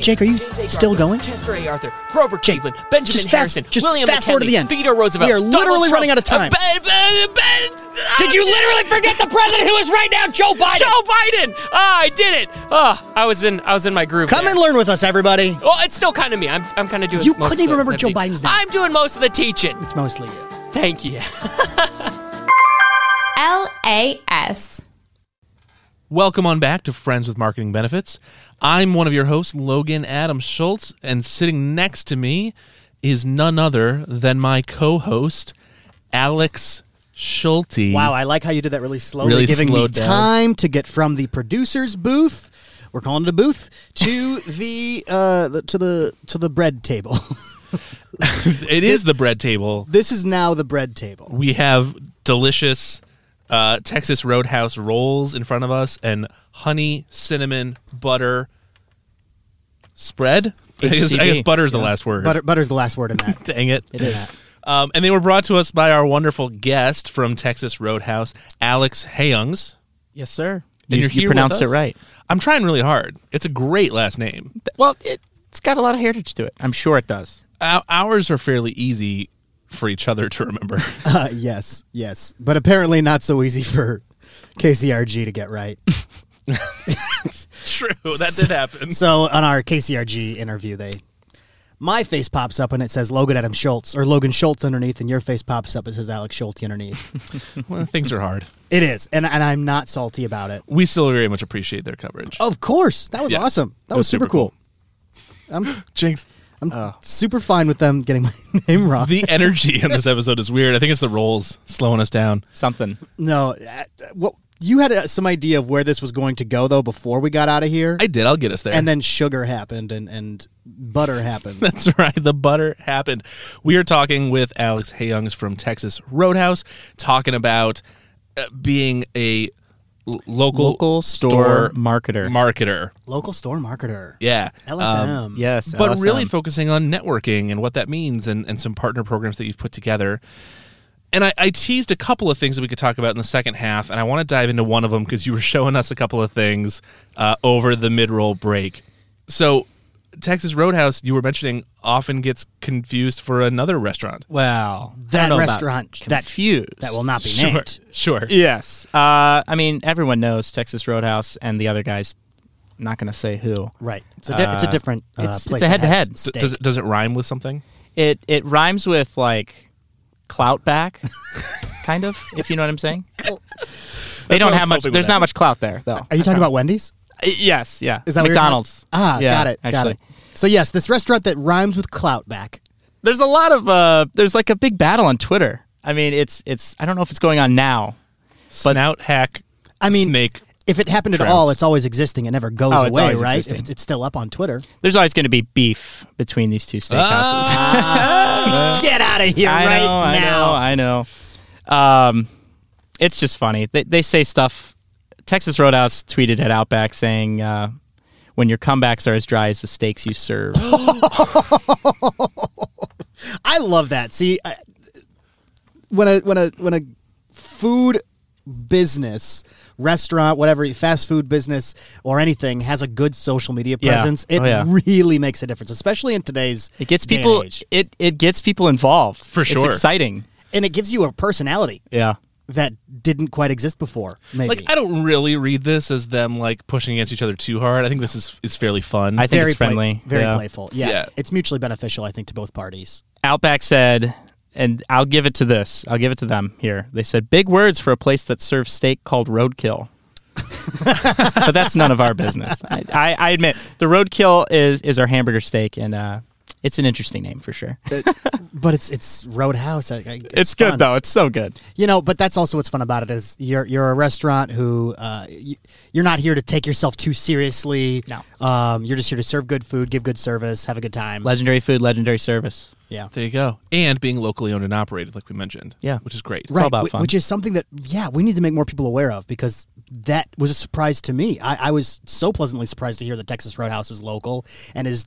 Speaker 4: Jake, are you
Speaker 3: James H.
Speaker 4: still
Speaker 3: Arthur,
Speaker 4: going?
Speaker 3: Chester A. Arthur, Grover
Speaker 4: Jake,
Speaker 3: Cleveland, Benjamin
Speaker 4: just fast-
Speaker 3: Harrison,
Speaker 4: just
Speaker 3: William
Speaker 4: fast
Speaker 3: F.
Speaker 4: forward to
Speaker 3: Henley,
Speaker 4: the end.
Speaker 3: Theodore Roosevelt.
Speaker 4: We are
Speaker 3: Donald
Speaker 4: literally
Speaker 3: Trump,
Speaker 4: running out of time.
Speaker 3: uh, Ben- Ben- Ben-
Speaker 4: Did you literally forget the president who is right now, Joe Biden?
Speaker 3: Joe Biden? Ah, I did it. Ah, I was in. I was in my groove.
Speaker 4: Come
Speaker 3: there.
Speaker 4: and learn with us, everybody.
Speaker 3: Well, it's still kind of me. I'm, I'm kind of doing.
Speaker 4: You
Speaker 3: most of
Speaker 4: couldn't even
Speaker 3: the-
Speaker 4: remember
Speaker 3: the
Speaker 4: Joe
Speaker 3: teach-
Speaker 4: Biden's name.
Speaker 3: I'm doing most of the teaching.
Speaker 4: It's mostly you.
Speaker 3: Thank you.
Speaker 7: L A S.
Speaker 5: Welcome on back to Friends with Marketing Benefits. I'm one of your hosts, Logan Adam Schultz, and sitting next to me is none other than my co host, Alex Schulte.
Speaker 4: Wow, I like how you did that really slowly,
Speaker 5: Really
Speaker 4: giving me
Speaker 5: slowed down.
Speaker 4: time to get from the producer's booth. We're calling it a booth to the uh, the- to the to the bread table.
Speaker 5: It is the bread table.
Speaker 4: this is now the bread table.
Speaker 5: We have delicious uh, Texas Roadhouse rolls in front of us and honey, cinnamon, butter spread. I guess, I
Speaker 6: HCB,
Speaker 5: guess butter is the last word.
Speaker 4: Butter, butter's the last word in that.
Speaker 5: Dang it.
Speaker 6: It is.
Speaker 5: Um, and they were brought to us by our wonderful guest from Texas Roadhouse, Alex Hayungs.
Speaker 6: Yes, sir.
Speaker 5: And
Speaker 6: you
Speaker 5: you're here
Speaker 6: you
Speaker 5: with
Speaker 6: pronounce it
Speaker 5: us?
Speaker 6: right.
Speaker 5: I'm trying really hard. It's a great last name.
Speaker 6: Well, it, it's got a lot of heritage to it. I'm sure it does.
Speaker 5: Ou- ours are fairly easy for each other to remember.
Speaker 4: Uh, yes, yes, but apparently not so easy for KCRG to get right.
Speaker 5: True, that did happen.
Speaker 4: so on our KCRG interview, they my face pops up and it says Logan Adam Schultz or Logan Schultz underneath, and your face pops up and says Alex Schulte underneath.
Speaker 5: Well, things are hard.
Speaker 4: it is, and and I'm not salty about it.
Speaker 5: We still very much appreciate their coverage.
Speaker 4: Of course, that was
Speaker 5: Yeah.
Speaker 4: awesome. That
Speaker 5: It
Speaker 4: was, super cool. I'm
Speaker 5: Jinx.
Speaker 4: I'm super fine with them getting my name wrong.
Speaker 5: The energy in this episode is weird. I think it's the rolls slowing us down.
Speaker 6: Something.
Speaker 4: no, uh, what you had uh, some idea of where this was going to go though before we got out of here,
Speaker 5: I did. I'll get us there.
Speaker 4: and then sugar happened and and butter happened.
Speaker 5: That's right. The butter happened. We are talking with Alex Hayungs from Texas Roadhouse, talking about uh, being a l- local,
Speaker 6: Local store marketer.
Speaker 5: Marketer.
Speaker 4: Local store marketer.
Speaker 5: Yeah.
Speaker 4: LSM.
Speaker 5: Um,
Speaker 6: Yes.
Speaker 5: but
Speaker 6: LSM.
Speaker 5: really focusing on networking and what that means and, and some partner programs that you've put together. And I, I teased a couple of things that we could talk about in the second half, and I want to dive into one of them because you were showing us a couple of things uh, over the mid roll break. So, Texas Roadhouse, you were mentioning, often gets confused for another restaurant.
Speaker 6: Well, I
Speaker 4: That
Speaker 6: don't know about
Speaker 4: restaurant that
Speaker 6: confused.
Speaker 4: that will not be
Speaker 5: Sure.
Speaker 4: named.
Speaker 5: Sure.
Speaker 6: Yes. Uh, I mean, everyone knows Texas Roadhouse and the other guys. Not going to say who.
Speaker 4: Right. It's a, di- it's a
Speaker 6: Uh,
Speaker 4: different. Uh,
Speaker 6: it's-
Speaker 4: place
Speaker 6: it's
Speaker 4: that
Speaker 6: a
Speaker 4: has
Speaker 6: head-to-head.
Speaker 5: D-
Speaker 4: steak.
Speaker 5: does, it, does it rhyme with something?
Speaker 6: It it rhymes with like clout back, kind of. If you know what I'm saying. they
Speaker 5: what
Speaker 6: don't
Speaker 5: I
Speaker 6: have
Speaker 5: was
Speaker 6: much.
Speaker 5: hoping
Speaker 6: There's
Speaker 5: would
Speaker 6: not much clout there, though. Uh,
Speaker 4: Are you talking about Wendy's?
Speaker 6: Yes. Yeah.
Speaker 4: Is that what you're talking-
Speaker 6: McDonald's?
Speaker 4: Ah,
Speaker 6: Yeah,
Speaker 4: got it. Got
Speaker 6: actually.
Speaker 4: it. So yes, this restaurant that rhymes with clout back.
Speaker 6: There's a lot of uh. There's like a big battle on Twitter. I mean, it's it's. I don't know if it's going on now.
Speaker 5: Snout hack.
Speaker 4: I mean,
Speaker 5: snake.
Speaker 4: If it happened at
Speaker 5: Trouts.
Speaker 4: all, it's always existing. It never goes
Speaker 6: Oh, it's
Speaker 4: away,
Speaker 6: always
Speaker 4: right?
Speaker 6: existing.
Speaker 4: If it's, it's still up on Twitter.
Speaker 6: There's always going to be beef between these two steakhouses.
Speaker 4: Ah. Get out of here
Speaker 6: Uh-huh. I
Speaker 4: right
Speaker 6: know,
Speaker 4: now.
Speaker 6: I know, I know. Um, it's just funny. They, they say stuff. Texas Roadhouse tweeted at Outback saying, uh, when your comebacks are as dry as the steaks you serve.
Speaker 4: I love that. See, I, when a when a when a food business, restaurant, whatever, fast food business or anything has a good social media
Speaker 6: Yeah.
Speaker 4: presence, it
Speaker 6: Oh, yeah.
Speaker 4: really makes a difference, especially in today's
Speaker 6: it gets
Speaker 4: day and
Speaker 6: people
Speaker 4: age.
Speaker 6: it, it gets people involved.
Speaker 5: For sure.
Speaker 6: It's exciting.
Speaker 4: and it gives you a personality
Speaker 6: Yeah.
Speaker 4: that didn't quite exist before. Maybe
Speaker 5: Like I don't really read this as them like pushing against each other too hard. I think this is is fairly fun.
Speaker 6: I think
Speaker 4: very
Speaker 6: it's
Speaker 4: play-
Speaker 6: friendly.
Speaker 4: very
Speaker 6: Yeah.
Speaker 4: playful. Yeah.
Speaker 5: Yeah.
Speaker 4: it's mutually beneficial, I think, to both parties.
Speaker 6: Outback said, and I'll give it to this. I'll give it to them here. They said big words for a place that serves steak called roadkill. but that's none of our business. I, I, I admit the roadkill is is our hamburger steak, and uh, it's an interesting name for sure. It's,
Speaker 4: But it's it's Roadhouse. I, I, it's fun.
Speaker 6: good though. It's so good.
Speaker 4: You know, but that's also what's fun about it is you're you're a restaurant who uh, y- you're not here to take yourself too seriously.
Speaker 6: No.
Speaker 4: um, you're just here to serve good food, give good service, have a good time.
Speaker 6: Legendary food, legendary service.
Speaker 4: yeah,
Speaker 5: There you go. And being locally owned and operated, like we mentioned.
Speaker 6: Yeah.
Speaker 5: Which is great.
Speaker 6: all about
Speaker 4: whi-
Speaker 6: fun.
Speaker 4: Which is something that yeah we need to make more people aware of because that was a surprise to me. I, I was so pleasantly surprised to hear that Texas Roadhouse is local and is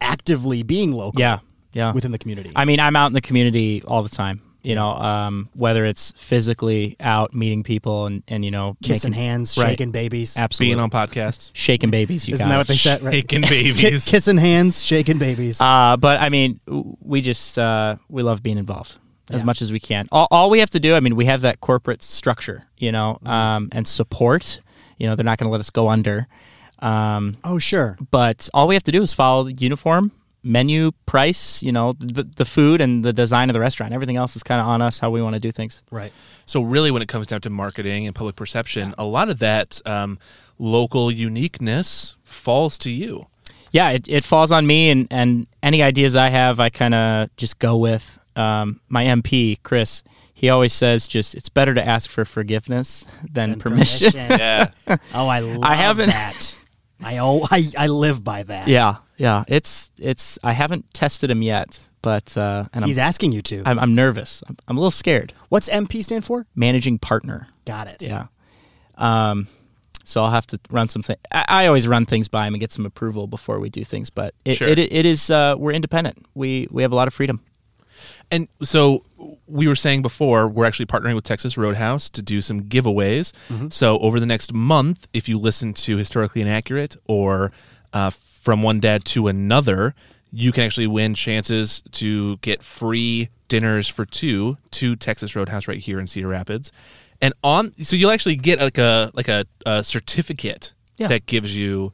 Speaker 4: actively being local.
Speaker 6: Yeah, yeah.
Speaker 4: within the community.
Speaker 6: I mean, I'm out in the community all the time. you know, um, whether it's physically out meeting people and, and you know,
Speaker 4: Kissing
Speaker 6: making-
Speaker 4: hands,
Speaker 6: right.
Speaker 4: shaking babies.
Speaker 6: absolutely
Speaker 5: Being on podcasts.
Speaker 6: shaking babies. You
Speaker 4: Isn't
Speaker 6: got
Speaker 4: that
Speaker 6: it.
Speaker 4: what they said? Right?
Speaker 5: Shaking
Speaker 4: Ki-
Speaker 5: babies.
Speaker 4: kissing hands, shaking babies.
Speaker 6: Uh, but I mean, w- we just uh, we love being involved as much as we can. All, all we have to do, I mean, we have that corporate structure, you know, um, and support. You know, they're not going to let us go under. Um,
Speaker 4: oh, sure.
Speaker 6: but all we have to do is follow the uniform, menu, price. You know, the the food and the design of the restaurant. Everything else is kind of on us how we want to do things.
Speaker 4: Right.
Speaker 5: So really, when it comes down to marketing and public perception, a lot of that um, local uniqueness falls to you.
Speaker 6: yeah, it, it falls on me, and, and any ideas I have, I kind of just go with. Um, my MP, Chris, he always says, just it's better to ask for forgiveness than permission.
Speaker 5: Yeah,
Speaker 4: Oh, I love
Speaker 6: haven't-
Speaker 4: that. I, oh, I I live by that.
Speaker 6: yeah, yeah. It's it's. I haven't tested him yet, but uh, and
Speaker 4: He's
Speaker 6: I'm,
Speaker 4: asking you to.
Speaker 6: I'm I'm nervous. I'm, I'm a little scared.
Speaker 4: What's MP stand for?
Speaker 6: Managing partner.
Speaker 4: Got it.
Speaker 6: Yeah. Um, so I'll have to run some things. I, I always run things by him and get some approval before we do things. But it,
Speaker 5: Sure.
Speaker 6: it, it is uh, we're independent. We we have a lot of freedom.
Speaker 5: and so we were saying before we're actually partnering with Texas Roadhouse to do some giveaways. So over the next month, if you listen to historically inaccurate or uh, from one dad to another, you can actually win chances to get free dinners for two to Texas Roadhouse right here in Cedar Rapids. And on, so you'll actually get like a like a, a certificate
Speaker 6: Yeah.
Speaker 5: that gives you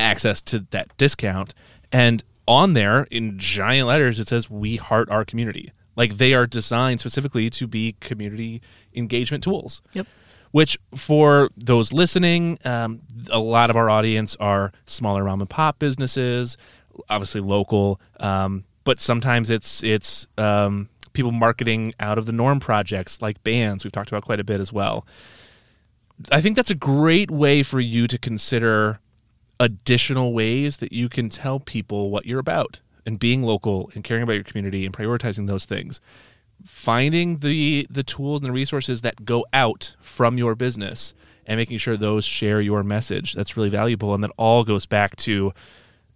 Speaker 5: access to that discount. And on there in giant letters, it says, We heart our community. Like they are designed specifically to be community engagement tools.
Speaker 6: Yep.
Speaker 5: Which, for those listening, um, a lot of our audience are smaller mom and pop businesses, obviously local, um, but sometimes it's it's um, people marketing out of the norm projects like bands we've talked about quite a bit as well. I think that's a great way for you to consider additional ways that you can tell people what you're about and being local and caring about your community and prioritizing those things. Finding the the tools and the resources that go out from your business and making sure those share your message. That's really valuable and that all goes back to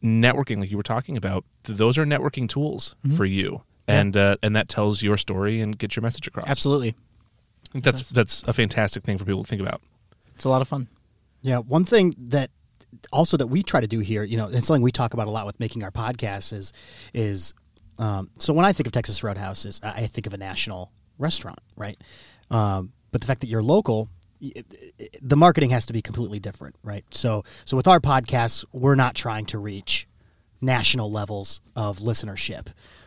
Speaker 5: networking like you were talking about. Th- Those are networking tools for you. And uh, and that tells your story and gets your message across.
Speaker 6: Absolutely,
Speaker 5: I think That's that's a fantastic thing for people to think about.
Speaker 6: it's a lot of fun.
Speaker 4: Yeah, one thing that also that we try to do here, you know, and something we talk about a lot with making our podcasts is is um, so when I think of Texas Roadhouse, is I I think of a national restaurant, right? Um, but the fact that you're local, y- it- it- the marketing has to be completely different, right? So so with our podcasts, we're not trying to reach national levels of listenership,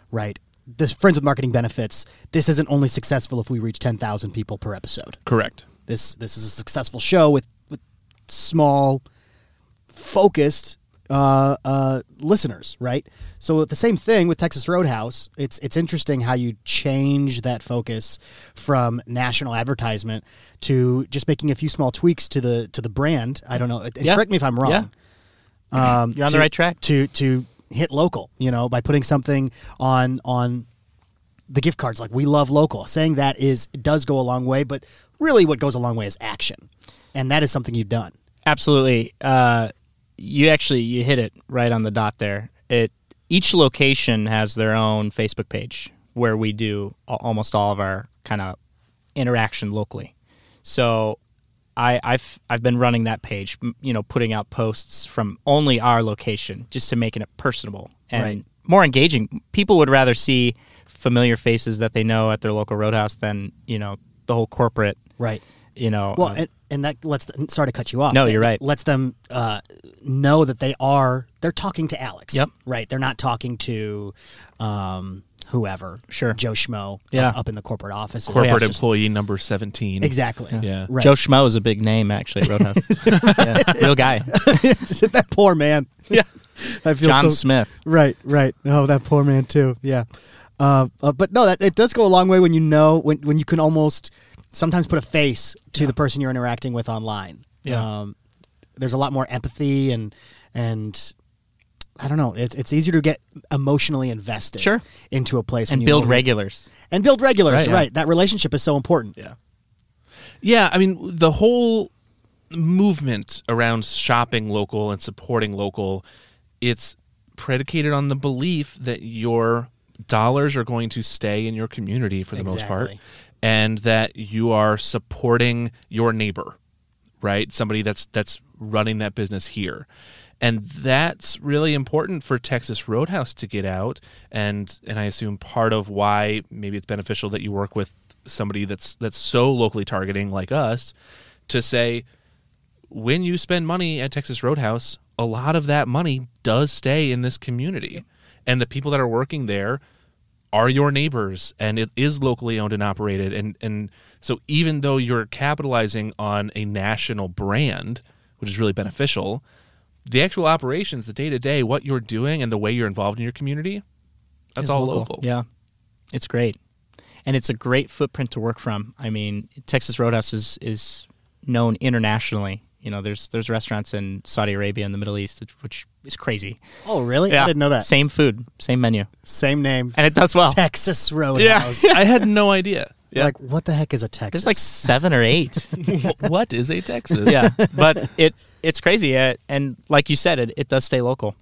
Speaker 4: right? This friends with marketing benefits. This isn't only successful if we reach ten thousand people per episode
Speaker 5: Correct.
Speaker 4: this this is a successful show with with small focused uh, uh, listeners right so the same thing with texas roadhouse it's it's interesting how you change that focus from national advertisement to just making a few small tweaks to the to the brand i don't know And
Speaker 6: Yeah.
Speaker 4: correct me if i'm wrong
Speaker 6: Yeah.
Speaker 4: um,
Speaker 6: You're on the
Speaker 4: to-
Speaker 6: right track.
Speaker 4: to to hit local you know by putting something on on the gift cards like we love local saying that is does go a long way but really what goes a long way is action and that is something you've done
Speaker 6: Absolutely. Uh, you actually you hit it right on the dot there. It each location has their own Facebook page where we do a- almost all of our kind of interaction locally. So I, I've I've been running that page, m- you know, putting out posts from only our location just to making it personable and
Speaker 4: Right.
Speaker 6: more engaging. People would rather see familiar faces that they know at their local roadhouse than you know the whole corporate,
Speaker 4: right
Speaker 6: you know.
Speaker 4: well
Speaker 6: uh,
Speaker 4: and, and that lets them, sorry to cut you off
Speaker 6: No,
Speaker 4: That-
Speaker 6: you're
Speaker 4: that
Speaker 6: right.
Speaker 4: lets them uh, know that they are they're talking to alex
Speaker 6: Yep.
Speaker 4: right they're not talking to um whoever
Speaker 6: Sure.
Speaker 4: joe schmo up-
Speaker 6: Yeah.
Speaker 4: up, in the corporate office
Speaker 5: Corporate
Speaker 6: just-
Speaker 5: employee number 17.
Speaker 4: exactly
Speaker 5: Yeah.
Speaker 4: right
Speaker 6: Joe Schmo is a big name, actually. at Roadhouse, yeah, real guy.
Speaker 4: that poor man
Speaker 5: Yeah.
Speaker 4: i feel so,
Speaker 6: John Smith.
Speaker 4: Right, right. Oh, that poor man too. Yeah. Uh, uh, but no, that it does go a long way when you know when when you can almost sometimes put a face to the person you're interacting with online.
Speaker 6: Yeah.
Speaker 4: Um, there's a lot more empathy and and I don't know. It's it's easier to get emotionally invested.
Speaker 6: Sure.
Speaker 4: Into a place when
Speaker 6: And
Speaker 4: you
Speaker 6: build
Speaker 4: know-
Speaker 6: regulars.
Speaker 4: and build regulars.
Speaker 5: Right,
Speaker 4: Right.
Speaker 5: yeah.
Speaker 4: That relationship is so important.
Speaker 5: Yeah. Yeah, I mean the whole movement around shopping local and supporting local, it's predicated on the belief that your dollars are going to stay in your community for the most part
Speaker 4: Exactly.
Speaker 5: and that you are supporting your neighbor right somebody that's that's running that business here and that's really important for Texas Roadhouse to get out and and I assume part of why maybe it's beneficial that you work with somebody that's that's so locally targeting like us to say when you spend money at Texas Roadhouse, a lot of that money does stay in this community. And the people that are working there are your neighbors and it is locally owned and operated and and so even though you're capitalizing on a national brand, which is really beneficial, the actual operations, the day-to-day, what you're doing and the way you're involved in your community, that's
Speaker 6: It's
Speaker 5: all local.
Speaker 6: Yeah, it's great, and it's a great footprint to work from. I mean, Texas Roadhouse is is known internationally. You know, there's there's restaurants in Saudi Arabia and the Middle East, which- which is crazy.
Speaker 4: Oh, really? I didn't know that. Same,
Speaker 6: Same food, same menu,
Speaker 4: name.
Speaker 6: and it does well.
Speaker 4: Texas
Speaker 5: Yeah.
Speaker 4: Roadhouse.
Speaker 5: I had no idea. Yeah.
Speaker 4: Like, what the heck is a Texas?
Speaker 6: There's like seven or eight.
Speaker 5: what is a Texas?
Speaker 6: yeah, but it it's crazy, uh, and like you said, it, it does stay local,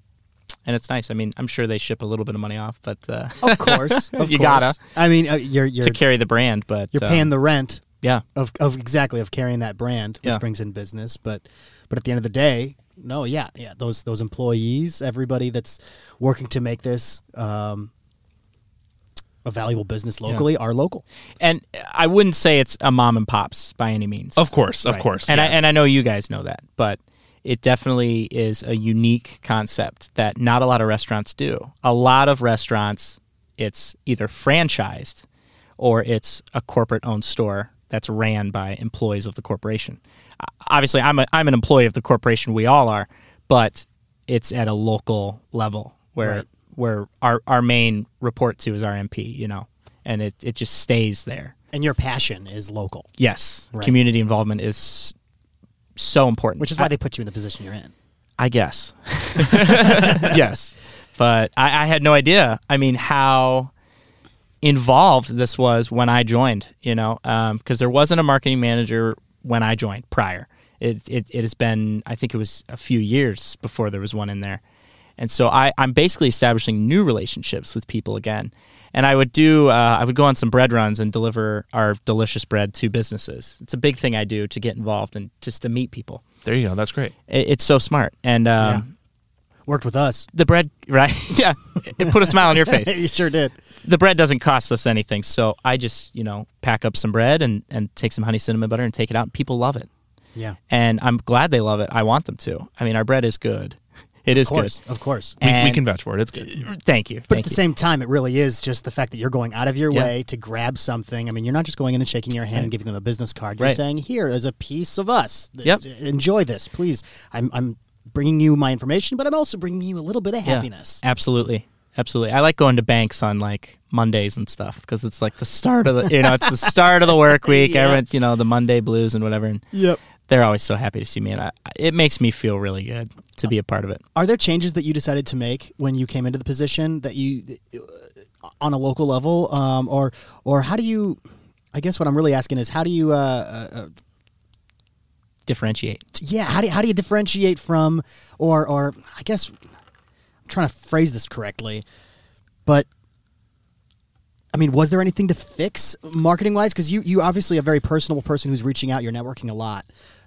Speaker 6: and it's nice. I mean, I'm sure they ship a little bit of money off, but uh,
Speaker 4: of course, of
Speaker 6: You
Speaker 4: course.
Speaker 6: gotta.
Speaker 4: I mean, uh, you're Oh, you're
Speaker 6: to carry the brand. But
Speaker 4: you're
Speaker 6: um,
Speaker 4: paying the rent
Speaker 6: yeah,
Speaker 4: of of exactly of carrying that brand, which
Speaker 6: Yeah.
Speaker 4: brings in business. But but at the end of the day, no, yeah, yeah, those those employees, everybody that's working to make this um, a valuable business locally are local.
Speaker 6: and I wouldn't say it's a mom and pops by any means.
Speaker 5: Of course, of
Speaker 6: Right.
Speaker 5: course.
Speaker 6: And I
Speaker 5: yeah.
Speaker 6: and I know you guys know that, but it definitely is a unique concept that not a lot of restaurants do. A lot of restaurants, it's either franchised or it's a corporate owned store that's ran by employees of the corporation. Uh, Obviously, I'm a, I'm an employee of the corporation. We all are, but it's at a local level where
Speaker 4: Right.
Speaker 6: where our, our main report to is our MP, you know, and it, it just stays there.
Speaker 4: And your passion is local,
Speaker 6: Yes,
Speaker 4: Right.
Speaker 6: community involvement is so important.
Speaker 4: which is why they put you in the position you're in.
Speaker 6: I, I guess. yes, but I, I had no idea. I mean, how involved this was when I joined. You know, because there wasn't a marketing manager when I joined prior. It, it it has been I think it was a few years before there was one in there, and so I I'm basically establishing new relationships with people again. And I would do uh, I would go on some bread runs and deliver our delicious bread to businesses. It's a big thing I do to get involved and just to meet people.
Speaker 5: there you go. That's great.
Speaker 6: It, it's so smart and. Um,
Speaker 4: Worked with us,
Speaker 6: the bread, right? yeah, it put a smile on your face.
Speaker 4: you sure did.
Speaker 6: The bread doesn't cost us anything, so I just you know pack up some bread and and take some honey cinnamon butter and take it out. People love it,
Speaker 4: Yeah,
Speaker 6: and I'm glad they love it. I want them to. I mean, our bread is good. It is
Speaker 4: of course,
Speaker 6: good.
Speaker 4: of course.
Speaker 5: We, we
Speaker 6: And-
Speaker 5: can vouch for it. It's good.
Speaker 6: Thank you.
Speaker 4: But
Speaker 6: thank
Speaker 4: at the
Speaker 6: you.
Speaker 4: same time, it really is just the fact that you're going out of your
Speaker 6: Yeah.
Speaker 4: way to grab something. I mean, you're not just going in and shaking your hand and giving them a business card. You're
Speaker 6: Right.
Speaker 4: saying, "Here is a piece of us. Th-
Speaker 6: Yep.
Speaker 4: Enjoy this, please. I'm, I'm bringing you my information, but I'm also bringing you a little bit of
Speaker 6: Yeah,
Speaker 4: happiness."
Speaker 6: absolutely. Absolutely. I like going to banks on like Mondays and stuff because it's like the start of the, you know, it's the start of the work week.
Speaker 4: Yeah.
Speaker 6: Everyone's, you know, the Monday blues and whatever. And
Speaker 4: Yep.
Speaker 6: they're always so happy to see me. And I, it makes me feel really good to be a part of it.
Speaker 4: Are there changes that you decided to make when you came into the position that you, uh, on a local level, um, or or how do you? I guess what I'm really asking is how do you uh, uh, uh,
Speaker 6: Differentiate.
Speaker 4: yeah how do you, how do you differentiate from or or I guess I'm trying to phrase this correctly, but I mean, was there anything to fix marketing wise? Because you you obviously a very personable person who's reaching out, you're networking a lot,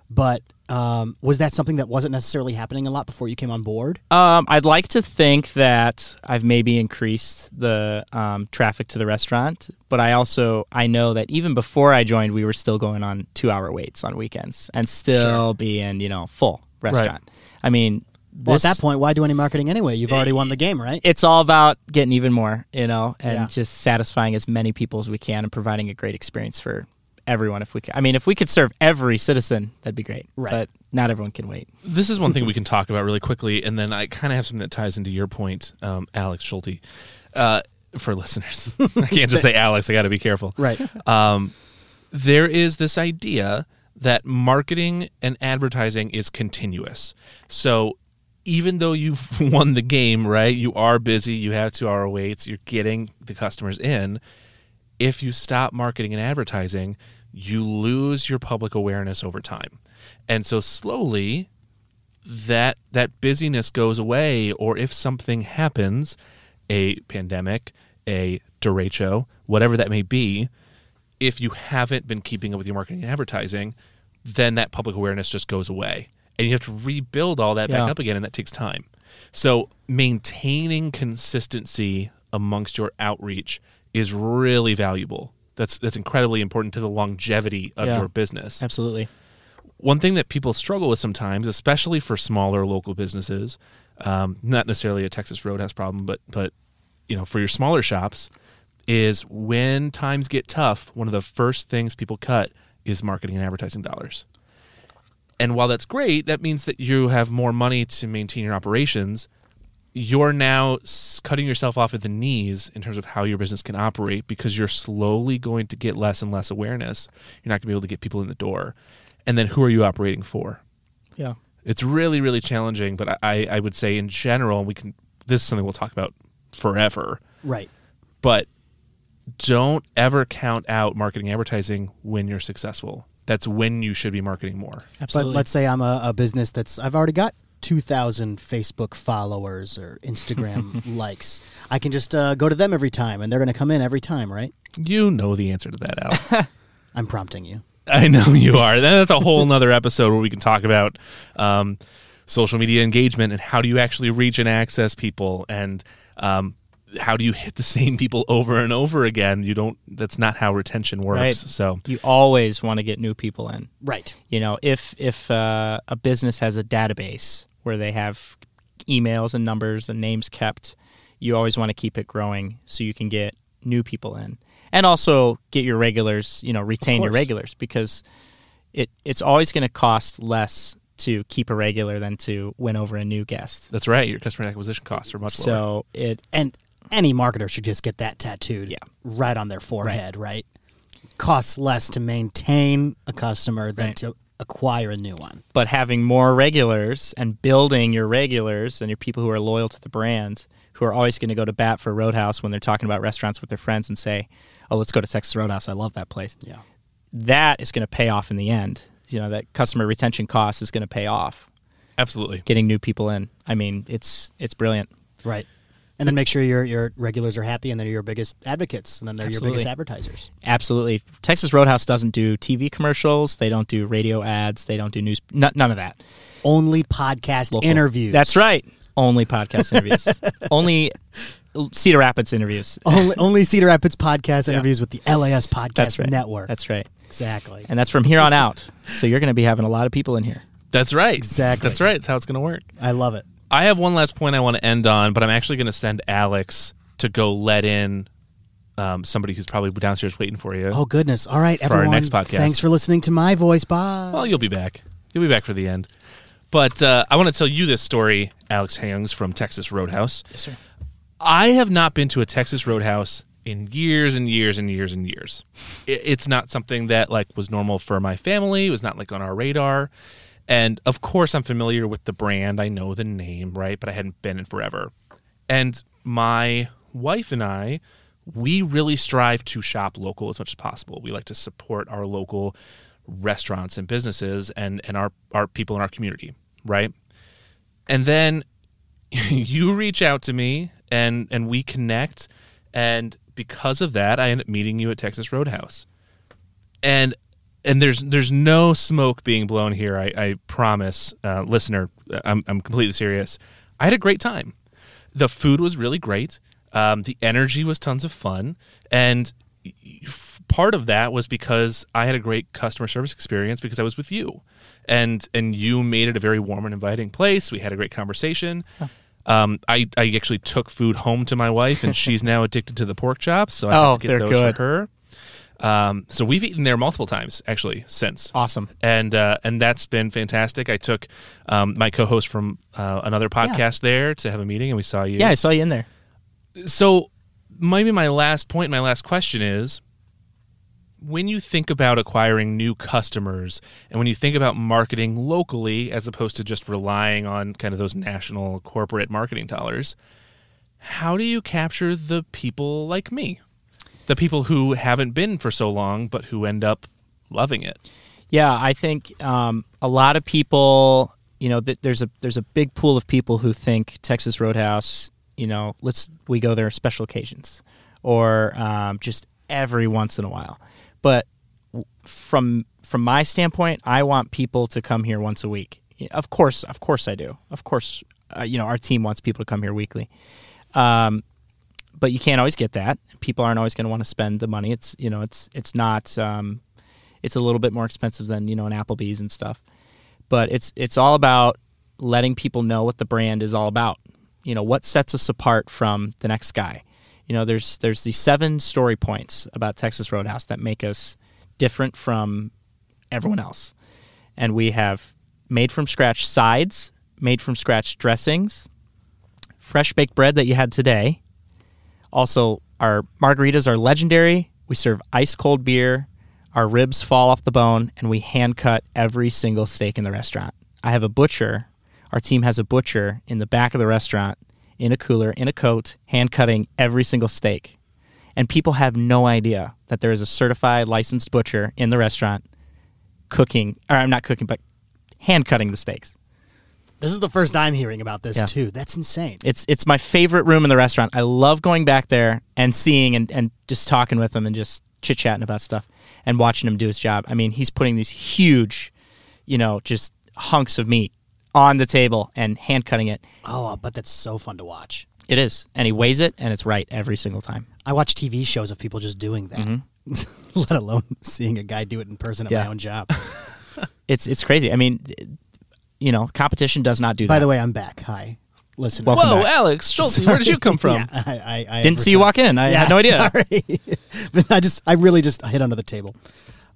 Speaker 4: but um, was that something that wasn't necessarily happening a lot before you came on board?
Speaker 6: Um, I'd like to think that I've maybe increased the um, traffic to the restaurant, but I also I know that even before I joined, we were still going on two hour waits on weekends and still being you know full restaurant. I mean,
Speaker 4: Well, at
Speaker 6: this-
Speaker 4: that point, why do any marketing anyway? You've already won the game, right?
Speaker 6: it's all about getting even more, you know, and
Speaker 4: Yeah.
Speaker 6: just satisfying as many people as we can and providing a great experience for everyone. If we, could. I mean, if we could serve every citizen, that'd be great.
Speaker 4: Right.
Speaker 6: But not everyone can wait.
Speaker 5: This is one thing we can talk about really quickly, and then I kind of have something that ties into your point, um, Alex Schulte, uh, for listeners. I can't just say Alex. I got to be careful.
Speaker 4: right.
Speaker 5: there is this idea that marketing and advertising is continuous. So even though you've won the game, right? You are busy, you have two hour waits, you're getting the customers in. If you stop marketing and advertising, you lose your public awareness over time. And so slowly that that busyness goes away or if something happens, a pandemic, a derecho, whatever that may be, if you haven't been keeping up with your marketing and advertising, then that public awareness just goes away. And you have to rebuild all that
Speaker 6: Yeah.
Speaker 5: back up again, and that takes time. So maintaining consistency amongst your outreach is really valuable. That's that's incredibly important to the longevity of
Speaker 6: Yeah.
Speaker 5: your business
Speaker 6: Absolutely.
Speaker 5: one thing that people struggle with sometimes, especially for smaller local businesses, um, not necessarily a Texas Roadhouse problem, but but you know for your smaller shops, is when times get tough, one of the first things people cut is marketing and advertising dollars. And while that's great, that means that you have more money to maintain your operations. You're now s- cutting yourself off at the knees in terms of how your business can operate because you're slowly going to get less and less awareness. You're not going to be able to get people in the door. And then who are you operating for?
Speaker 6: Yeah.
Speaker 5: It's really, really challenging. But I- I, I would say in general, we can, this is something we'll talk about forever
Speaker 4: Right.
Speaker 5: but don't ever count out marketing and advertising when you're successful. That's when you should be marketing more.
Speaker 6: Absolutely.
Speaker 4: But let's say I'm a, a business that's I've already got two thousand Facebook followers or Instagram likes. I can just uh, go to them every time, and they're going to come in every time, right?
Speaker 5: You know the answer to that, Alex.
Speaker 4: I'm prompting you.
Speaker 5: I know you are. That's a whole nother episode where we can talk about um, social media engagement and how do you actually reach and access people and um, how do you hit the same people over and over again. You don't. That's not how retention works.
Speaker 6: Right.
Speaker 5: So
Speaker 6: You always want to get new people in.
Speaker 4: Right.
Speaker 6: You know, if if uh, a business has a database where they have emails and numbers and names kept, you always want to keep it growing so you can get new people in, and also get your regulars. You know, retain your
Speaker 4: course.
Speaker 6: regulars because it it's always going to cost less to keep a regular than to win over a new guest.
Speaker 5: that's right. Your customer acquisition costs are much lower.
Speaker 6: So it
Speaker 4: And any marketer should just get that tattooed
Speaker 6: Yeah.
Speaker 4: right on their forehead, right? Costs less to maintain a customer than
Speaker 6: Right.
Speaker 4: to acquire a new one.
Speaker 6: but having more regulars and building your regulars and your people who are loyal to the brand who are always going to go to bat for Roadhouse when they're talking about restaurants with their friends and say, "Oh, let's go to Texas Roadhouse. I love that place."
Speaker 4: Yeah.
Speaker 6: That is going to pay off in the end. You know, that customer retention cost is going to pay off
Speaker 5: Absolutely.
Speaker 6: getting new people in. I mean, it's it's brilliant.
Speaker 4: Right. And then make sure your your regulars are happy, and they're your biggest advocates, and then they're your biggest
Speaker 6: Absolutely.
Speaker 4: advertisers.
Speaker 6: Absolutely. Texas Roadhouse doesn't do TV commercials, they don't do radio ads, they don't do news n- none of that.
Speaker 4: Only podcast
Speaker 6: Local.
Speaker 4: interviews.
Speaker 6: That's right. Only podcast interviews. Only Cedar Rapids interviews.
Speaker 4: only, only Cedar Rapids podcast interviews with the LAS Podcast
Speaker 6: That's right.
Speaker 4: Network.
Speaker 6: That's right.
Speaker 4: exactly.
Speaker 6: And that's from here on out. So you're going to be having a lot of people in here.
Speaker 5: That's right.
Speaker 4: Exactly.
Speaker 5: That's right. That's how it's going to work.
Speaker 4: I love it.
Speaker 5: I have one last point I want to end on, but I'm actually going to send Alex to go let in um, somebody who's probably downstairs waiting for you.
Speaker 4: Oh goodness! All right,
Speaker 5: our
Speaker 4: everyone.
Speaker 5: next podcast.
Speaker 4: Thanks for listening to my voice. Bye.
Speaker 5: Well, you'll be back. You'll be back for the end. But uh, I want to tell you this story, Alex Hangs from Texas Roadhouse. Yes, sir. I have not been to a Texas Roadhouse in years and years and years and years. It, it's not something that like was normal for my family. It was not like on our radar. And of course, I'm familiar with the brand. I know the name, right? But I hadn't been in forever. And my wife and I, we really strive to shop local as much as possible. We like to support our local restaurants and businesses and and our our people in our community, right? and then you reach out to me and and we connect and because of that i end up meeting you at texas roadhouse and and there's there's no smoke being blown here i, I promise uh, listener I'm, I'm completely serious i had a great time the food was really great um, the energy was tons of fun and y- y- f- part of that was because i had a great customer service experience because i was with you and and you made it a very warm and inviting place we had a great conversation um, I, I actually took food home to my wife and she's now addicted to the pork chops so i
Speaker 6: Oh,
Speaker 5: have to get
Speaker 6: they're
Speaker 5: those
Speaker 6: good.
Speaker 5: for her um, so we've eaten there multiple times actually since.
Speaker 6: Awesome.
Speaker 5: And uh, and that's been fantastic. I took um, my co-host from uh, another podcast there to have a meeting, and we saw you.
Speaker 6: Yeah, I saw you in there.
Speaker 5: So maybe my last point, my last question is: when you think about acquiring new customers, and when you think about marketing locally as opposed to just relying on kind of those national corporate marketing dollars, how do you capture the people like me? The people who haven't been for so long, but who end up loving it.
Speaker 6: Yeah, I think um, a lot of people, you know, th- there's a there's a big pool of people who think Texas Roadhouse, you know, let's we go there on special occasions, or um, just every once in a while. But w- from from my standpoint, I want people to come here once a week. Y- Of course, of course, I do. Of course, uh, you know our team wants people to come here weekly. Um, but you can't always get that. People aren't always going to want to spend the money. It's you know it's it's not um, it's a little bit more expensive than you know an Applebee's and stuff. But it's it's all about letting people know what the brand is all about. You know what sets us apart from the next guy. You know there's there's these seven story points about Texas Roadhouse that make us different from everyone else. And we have made from scratch sides, made from scratch dressings, fresh baked bread that you had today, also, our margaritas are legendary. We serve ice cold beer. Our ribs fall off the bone, and we hand cut every single steak in the restaurant. I have a butcher. Our team has a butcher in the back of the restaurant, in a cooler, in a coat, hand cutting every single steak. And people have no idea that there is a certified, licensed butcher in the restaurant cooking, or I'm not cooking, but hand cutting the steaks.
Speaker 4: This is the first I'm hearing about this
Speaker 6: Yeah.
Speaker 4: too. That's insane.
Speaker 6: It's it's my favorite room in the restaurant. I love going back there and seeing and, and just talking with him and just chit chatting about stuff and watching him do his job. I mean, he's putting these huge, you know, just hunks of meat on the table and hand cutting it.
Speaker 4: Oh, but that's so fun to watch.
Speaker 6: It is. And he weighs it and it's right every single time.
Speaker 4: I watch TV shows of people just doing that. Let alone seeing a guy do it in person at
Speaker 6: Mm-hmm. Yeah.
Speaker 4: my own job.
Speaker 6: It's it's crazy. I mean, you know, competition does not do
Speaker 4: By
Speaker 6: that.
Speaker 4: the way, I'm back. Hi, listen.
Speaker 6: Welcome
Speaker 5: Whoa,
Speaker 6: back.
Speaker 5: Alex Schulte, where did you come from?
Speaker 4: Yeah, I, I, I
Speaker 6: Didn't see you walk in. I
Speaker 4: Yeah,
Speaker 6: had no idea.
Speaker 4: Sorry, but I just, I really just hit under the table.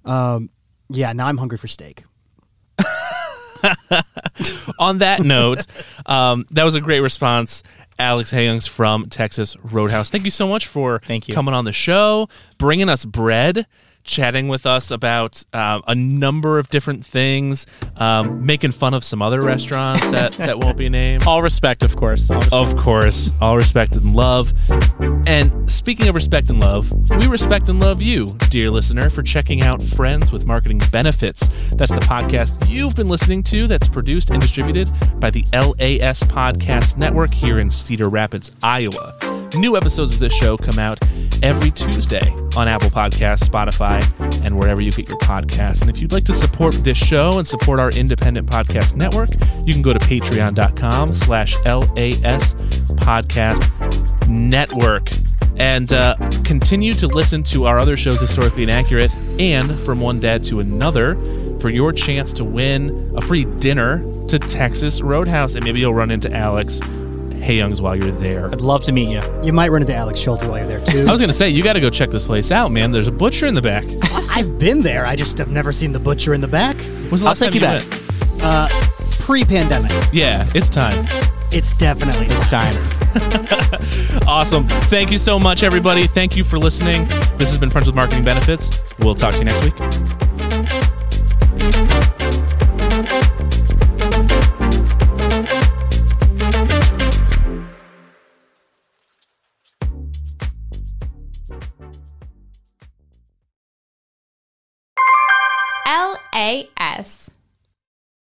Speaker 4: Um, yeah, now I'm hungry for steak.
Speaker 5: on that note, um, that was a great response. Alex Hayungs from Texas Roadhouse. Thank you so much for
Speaker 6: Thank you.
Speaker 5: coming on the show, bringing us bread, chatting with us about um, a number of different things, um, making fun of some other restaurants that, that won't be named.
Speaker 6: All respect, of course. All respect.
Speaker 5: Of course, all respect and love. And speaking of respect and love, we respect and love you, dear listener, for checking out Friends with Marketing Benefits. That's the podcast you've been listening to that's produced and distributed by the LAS Podcast Network here in Cedar Rapids, Iowa. New episodes of this show come out every Tuesday on Apple Podcasts, Spotify, and wherever you get your podcasts. And if you'd like to support this show and support our independent podcast network, you can go to patreon.com slash LAS podcast network and uh, continue to listen to our other shows, Historically Inaccurate and From One Dad to Another, for your chance to win a free dinner to Texas Roadhouse. And maybe you'll run into Alex Hayungs while you're there.
Speaker 6: I'd love to meet you.
Speaker 4: You might run into Alex Schulte while you're there too.
Speaker 5: I was gonna say you got to go check this place out, man. There's a butcher in the back.
Speaker 4: I've been there. I just have never seen the butcher in the back.
Speaker 5: When's the
Speaker 6: I'll
Speaker 5: last
Speaker 6: take
Speaker 5: time
Speaker 6: you back.
Speaker 5: went?
Speaker 4: Pre-pandemic,
Speaker 5: Yeah, it's time.
Speaker 4: it's definitely
Speaker 6: It's time.
Speaker 5: Awesome. Thank you so much, everybody. Thank you for listening. This has been Friends with Marketing Benefits. We'll talk to you next week.
Speaker 7: LAS.